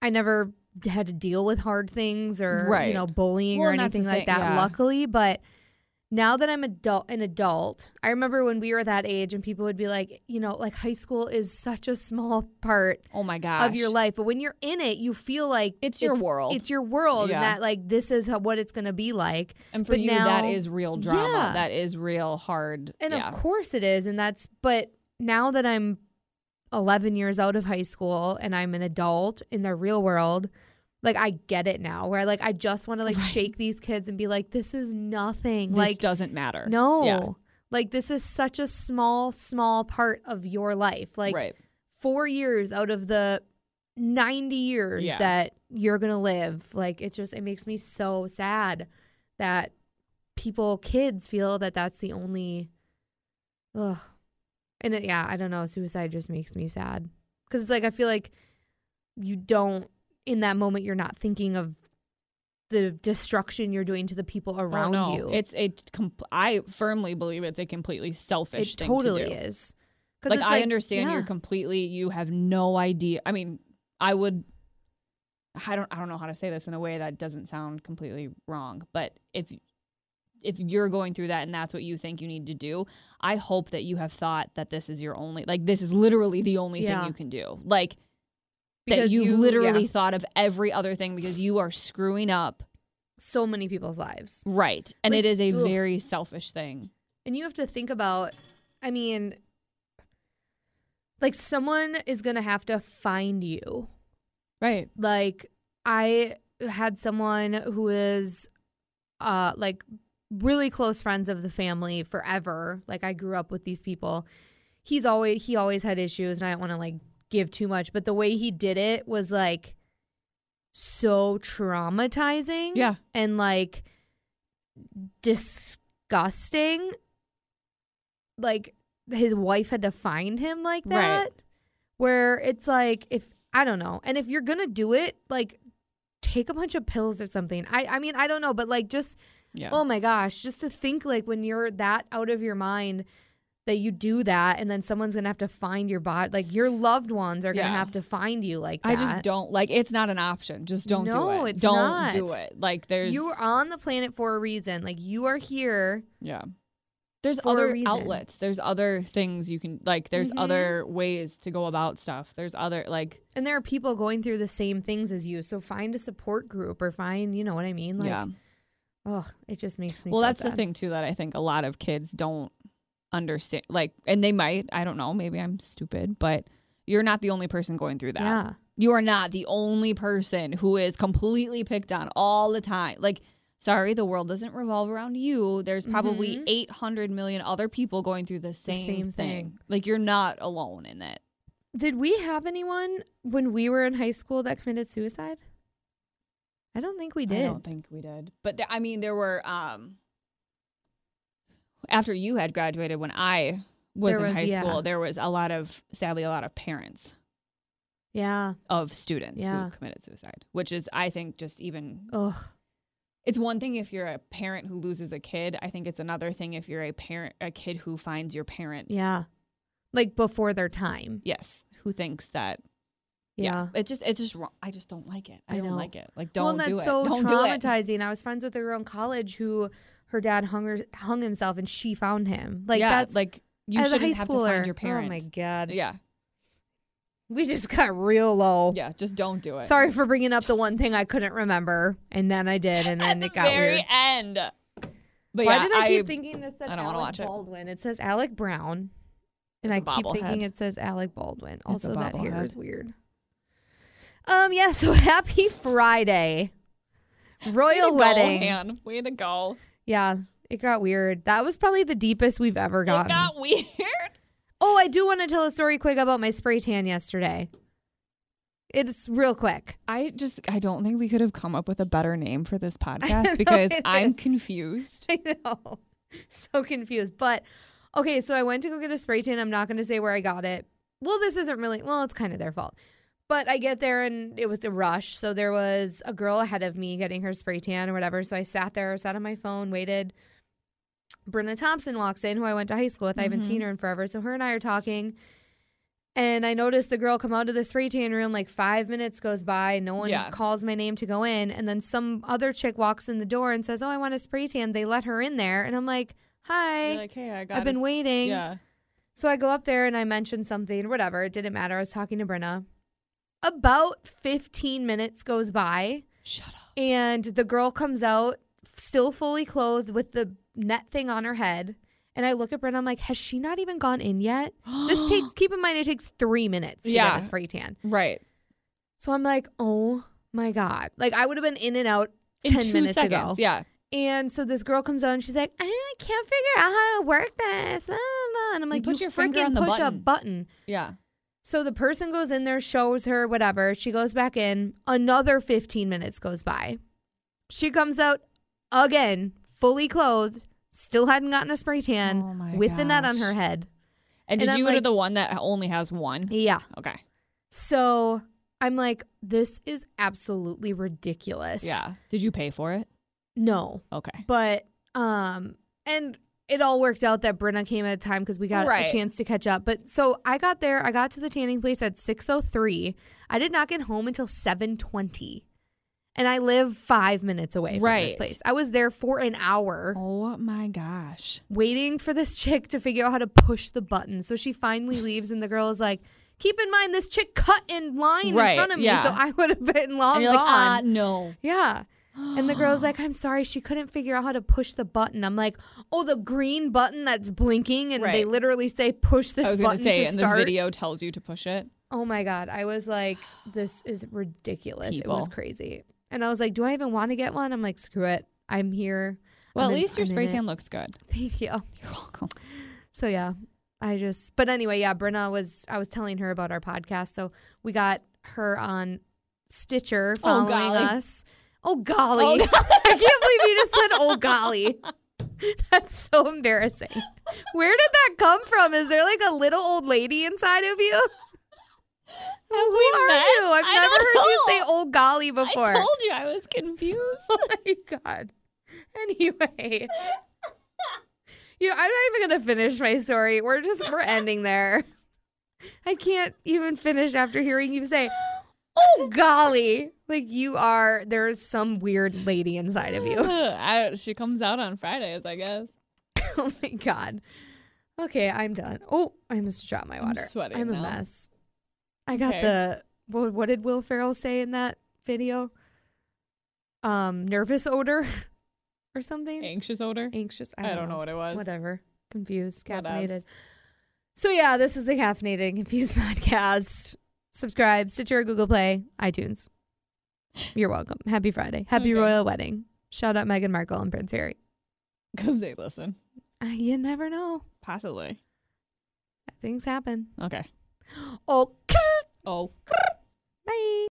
Speaker 3: i never had to deal with hard things or you
Speaker 4: Right.
Speaker 3: know bullying
Speaker 4: Well,
Speaker 3: or
Speaker 4: and that's the
Speaker 3: anything like
Speaker 4: thing,
Speaker 3: that
Speaker 4: yeah.
Speaker 3: luckily but now that i'm adult an adult i remember when we were that age and people would be like you know like high school is such a small part
Speaker 4: Oh my gosh.
Speaker 3: of your life but when you're in it you feel like
Speaker 4: It's your world.
Speaker 3: it's your world
Speaker 4: Yeah.
Speaker 3: and that like this is how, what it's going to be like
Speaker 4: And for
Speaker 3: But
Speaker 4: you, that
Speaker 3: now-
Speaker 4: is real drama.
Speaker 3: Yeah.
Speaker 4: That is real hard.
Speaker 3: And
Speaker 4: yeah.
Speaker 3: of course it is. And that's, but now that I'm 11 years out of high school and I'm an adult in the real world, like I get it now where like I just want to like shake these kids and be like, this is nothing.
Speaker 4: this
Speaker 3: like,
Speaker 4: doesn't matter.
Speaker 3: no.
Speaker 4: Yeah.
Speaker 3: Like, this is such a small, small part of your life. Like,
Speaker 4: right.
Speaker 3: four years out of the 90 years
Speaker 4: Yeah.
Speaker 3: that you're going to live. Like, it just, it makes me so sad that people, kids feel that that's the only, ugh. And it, yeah, I don't know. Suicide just makes me sad. Cause it's like, I feel like you don't, in that moment, you're not thinking of the destruction you're doing to the people
Speaker 4: Oh,
Speaker 3: around
Speaker 4: no.
Speaker 3: you.
Speaker 4: It's a. Com- I firmly believe it's a completely selfish
Speaker 3: it
Speaker 4: thing
Speaker 3: totally
Speaker 4: to do.
Speaker 3: is. Cause
Speaker 4: Like,
Speaker 3: it's
Speaker 4: I understand
Speaker 3: yeah.
Speaker 4: you're completely. You have no idea. I mean, I would. I don't. I don't know how to say this in a way that doesn't sound completely wrong. But if if you're going through that and that's what you think you need to do, I hope that you have thought that this is your only. Like this is literally the only
Speaker 3: Yeah.
Speaker 4: thing you can do. Like that
Speaker 3: Because
Speaker 4: you've
Speaker 3: you-
Speaker 4: literally
Speaker 3: yeah.
Speaker 4: thought of every other thing because you are screwing up.
Speaker 3: so many people's lives.
Speaker 4: Right. And
Speaker 3: Like,
Speaker 4: it is a
Speaker 3: ugh.
Speaker 4: very selfish thing.
Speaker 3: And you have to think about, I mean, like someone is going to have to find you.
Speaker 4: Right.
Speaker 3: Like I had someone who is uh like really close friends of the family forever. Like I grew up with these people. He's always he always had issues and I don't want to like give too much, but the way he did it was like so traumatizing
Speaker 4: Yeah.
Speaker 3: and like disgusting. Like his wife had to find him like
Speaker 4: Right.
Speaker 3: that. Where it's like if I don't know, and if you're gonna do it, like take a bunch of pills or something. I I mean I don't know, but like just
Speaker 4: Yeah.
Speaker 3: oh my gosh, just to think like when you're that out of your mind that you do that and then someone's gonna have to find your body like your loved ones are gonna
Speaker 4: Yeah.
Speaker 3: have to find you like that.
Speaker 4: I just don't like it's not an option. Just don't
Speaker 3: No,
Speaker 4: do it.
Speaker 3: it's
Speaker 4: don't
Speaker 3: not.
Speaker 4: do it. Like there's
Speaker 3: you are on the planet for a reason. Like you are here.
Speaker 4: Yeah. There's
Speaker 3: for a
Speaker 4: other
Speaker 3: reason.
Speaker 4: outlets. There's other things you can like there's
Speaker 3: Mhm.
Speaker 4: other ways to go about stuff. There's other like
Speaker 3: And there are people going through the same things as you. So find a support group or find, you know what I mean? Like,
Speaker 4: Yeah.
Speaker 3: oh, it just makes me
Speaker 4: Well,
Speaker 3: so
Speaker 4: that's the
Speaker 3: sad.
Speaker 4: thing too that I think a lot of kids don't understand like and they might, I don't know, maybe I'm stupid, but you're not the only person going through that.
Speaker 3: Yeah.
Speaker 4: you are not the only person who is completely picked on all the time. Like, sorry, the world doesn't revolve around you. There's probably
Speaker 3: Mhm.
Speaker 4: 800 million other people going through the same,
Speaker 3: same
Speaker 4: thing.
Speaker 3: thing.
Speaker 4: Like, you're not alone in it.
Speaker 3: Did we have anyone when we were in high school that committed suicide? I don't think we
Speaker 4: I
Speaker 3: did.
Speaker 4: don't think we did. But th- I mean, there were, um, after you had graduated, when I was
Speaker 3: There
Speaker 4: in
Speaker 3: was-
Speaker 4: high
Speaker 3: yeah.
Speaker 4: school, there was a lot of, sadly, a lot of parents
Speaker 3: Yeah.
Speaker 4: of students
Speaker 3: Yeah.
Speaker 4: who committed suicide, which is, I think, just even
Speaker 3: Ugh.
Speaker 4: it's one thing if you're a parent who loses a kid. I think it's another thing if you're a parent, a kid who finds your parent.
Speaker 3: Yeah. Like before their time.
Speaker 4: Yes, who thinks that?
Speaker 3: Yeah.
Speaker 4: it just it's just wrong. I just don't like it. I,
Speaker 3: I
Speaker 4: don't
Speaker 3: know.
Speaker 4: like it. Like
Speaker 3: well,
Speaker 4: don't
Speaker 3: and that's
Speaker 4: do it.
Speaker 3: so
Speaker 4: don't do it.
Speaker 3: traumatizing. I was friends with a girl in college who her dad hung her, hung himself and she found him. Like
Speaker 4: yeah,
Speaker 3: that's
Speaker 4: like you
Speaker 3: as a
Speaker 4: shouldn't
Speaker 3: high
Speaker 4: have to
Speaker 3: schooler.
Speaker 4: find your parent.
Speaker 3: Oh my god.
Speaker 4: Yeah,
Speaker 3: We just got real low.
Speaker 4: yeah. Just don't do it.
Speaker 3: Sorry for bringing up the one thing I couldn't remember, and then I did, and
Speaker 4: At
Speaker 3: then
Speaker 4: the
Speaker 3: it got
Speaker 4: very
Speaker 3: weird.
Speaker 4: end. But
Speaker 3: Why
Speaker 4: yeah,
Speaker 3: did I, keep thinking this said
Speaker 4: I don't wanna
Speaker 3: Alec
Speaker 4: watch it.
Speaker 3: Baldwin? It. says Alec Brown. And
Speaker 4: It's a
Speaker 3: I keep thinking
Speaker 4: bobblehead.
Speaker 3: it says Alec Baldwin.
Speaker 4: It's a
Speaker 3: Also, that hair
Speaker 4: bobblehead.
Speaker 3: is weird. Um, yeah, so happy Friday. Royal wedding.
Speaker 4: man. Way to go.
Speaker 3: Yeah, it got weird. That was probably the deepest we've ever
Speaker 4: It
Speaker 3: gotten.
Speaker 4: got weird.
Speaker 3: oh, I do want to tell a story quick about my spray tan yesterday. It's real quick.
Speaker 4: I just I don't think we could have come up with a better name for this
Speaker 3: know,
Speaker 4: podcast because
Speaker 3: it
Speaker 4: I'm
Speaker 3: is.
Speaker 4: confused.
Speaker 3: I know. So confused. But okay, so I went to go get a spray tan. I'm not going to say where I got it. Well, this isn't really, well, it's kind of their fault. But I get there and it was a rush. So there was a girl ahead of me getting her spray tan or whatever. So I sat there, sat on my phone, waited. Brenna Thompson walks in, who I went to high school with. I haven't seen her in forever. So her and I are talking. And I noticed the girl come out of the spray tan room like five minutes goes by. No one
Speaker 4: Yeah.
Speaker 3: calls my name to go in. And then some other chick walks in the door and says, Oh, I want a spray tan. They let her in there. And I'm like, Hi.
Speaker 4: You're like, hey, I got.
Speaker 3: been
Speaker 4: a s-
Speaker 3: waiting.
Speaker 4: Yeah.
Speaker 3: So I go up there and I mention something, whatever. It didn't matter. I was talking to Brenna. About 15 minutes goes by,
Speaker 4: Shut up.
Speaker 3: and the girl comes out still fully clothed with the net thing on her head. And I look at Brenna, I'm like, has she not even gone in yet? this takes, keep in mind, it takes three minutes to
Speaker 4: Yeah.
Speaker 3: get a spray tan.
Speaker 4: Right.
Speaker 3: So I'm like, oh my God. Like, I would have been in and out
Speaker 4: In
Speaker 3: 10
Speaker 4: two
Speaker 3: minutes
Speaker 4: seconds.
Speaker 3: ago.
Speaker 4: Yeah.
Speaker 3: And so this girl comes out and she's like, "Ah, I can't figure out how to work this. blah, blah." And I'm like, you,
Speaker 4: put your finger
Speaker 3: freaking
Speaker 4: on the
Speaker 3: push a
Speaker 4: button."
Speaker 3: button.
Speaker 4: Yeah.
Speaker 3: So the person goes in there, shows her whatever. She goes back in. Another 15 minutes goes by. She comes out again, fully clothed, still hadn't gotten a spray tan,
Speaker 4: Oh my
Speaker 3: with the net on
Speaker 4: gosh.
Speaker 3: her head.
Speaker 4: And
Speaker 3: And
Speaker 4: did
Speaker 3: I'm
Speaker 4: you go to
Speaker 3: like-
Speaker 4: the one that only has one?
Speaker 3: Yeah.
Speaker 4: Okay.
Speaker 3: So I'm like, this is absolutely ridiculous.
Speaker 4: Yeah. Did you pay for it?
Speaker 3: No.
Speaker 4: Okay.
Speaker 3: But um and it all worked out that Brenna came at a time because we got
Speaker 4: Right.
Speaker 3: a chance to catch up. But so I got there, I got to the tanning place at 6:03. I did not get home until 7:20. And I live 5 minutes away from this
Speaker 4: Right.
Speaker 3: place. I was there for an hour
Speaker 4: Oh my gosh.
Speaker 3: waiting for this chick to figure out how to push the button. So she finally leaves and the girl is like, "Keep in mind this chick cut in line
Speaker 4: Right,
Speaker 3: in front of
Speaker 4: yeah.
Speaker 3: me, so I would have been long
Speaker 4: and you're
Speaker 3: gone."
Speaker 4: like, ah, no.
Speaker 3: Yeah. And the girl's like, I'm sorry, she couldn't figure out how to push the button. I'm like, oh, the green button that's blinking, and they
Speaker 4: Right.
Speaker 3: literally say push this
Speaker 4: I was gonna
Speaker 3: button
Speaker 4: say,
Speaker 3: to
Speaker 4: and
Speaker 3: start.
Speaker 4: the video tells you to push it.
Speaker 3: Oh my god, I was like, this is ridiculous. It was
Speaker 4: People.
Speaker 3: crazy, and I was like, do I even want to get one? I'm like, screw it, I'm here.
Speaker 4: Well,
Speaker 3: I'm
Speaker 4: at
Speaker 3: in-
Speaker 4: least your
Speaker 3: I'm in
Speaker 4: spray
Speaker 3: it.
Speaker 4: tan looks good.
Speaker 3: Thank you.
Speaker 4: You're welcome.
Speaker 3: So yeah, I just. But anyway, yeah, Brenna was. I was telling her about our podcast, so we got her on Stitcher
Speaker 4: Oh,
Speaker 3: following
Speaker 4: golly.
Speaker 3: us. Oh golly!
Speaker 4: Oh, golly.
Speaker 3: I can't believe you just said "oh golly." That's so embarrassing. Where did that come from? Is there like a little old lady inside of you? Who are
Speaker 4: met?
Speaker 3: you? I've
Speaker 4: I
Speaker 3: never
Speaker 4: don't
Speaker 3: heard you say
Speaker 4: know.
Speaker 3: "oh golly" before.
Speaker 4: I told you I was confused.
Speaker 3: Oh my god. Anyway. You I'm not even gonna finish my story. We're just we're ending there. I can't even finish after hearing you say, Oh golly. Like you are there's some weird lady inside of you.
Speaker 4: I, she comes out on Fridays, I guess.
Speaker 3: oh my god. Okay, I'm done. Oh, I must drop my water.
Speaker 4: sweating
Speaker 3: I'm a
Speaker 4: now.
Speaker 3: mess. I got
Speaker 4: Okay.
Speaker 3: the what, what did Will Ferrell say in that video? Um, nervous odor or something?
Speaker 4: Anxious odor.
Speaker 3: anxious. I
Speaker 4: I
Speaker 3: don't,
Speaker 4: don't know what it was.
Speaker 3: Whatever. Confused,
Speaker 4: Whatevs.
Speaker 3: caffeinated. So yeah, this is the caffeinated and confused podcast. Subscribe, Stitcher, Google Play, iTunes. You're welcome. Happy Friday. Happy
Speaker 4: Okay.
Speaker 3: royal wedding. Shout out Meghan Markle and Prince Harry.
Speaker 4: Because they listen.
Speaker 3: Uh, you never know.
Speaker 4: Possibly.
Speaker 3: Things happen.
Speaker 4: Okay.
Speaker 3: Okay.
Speaker 4: Oh.
Speaker 3: Bye.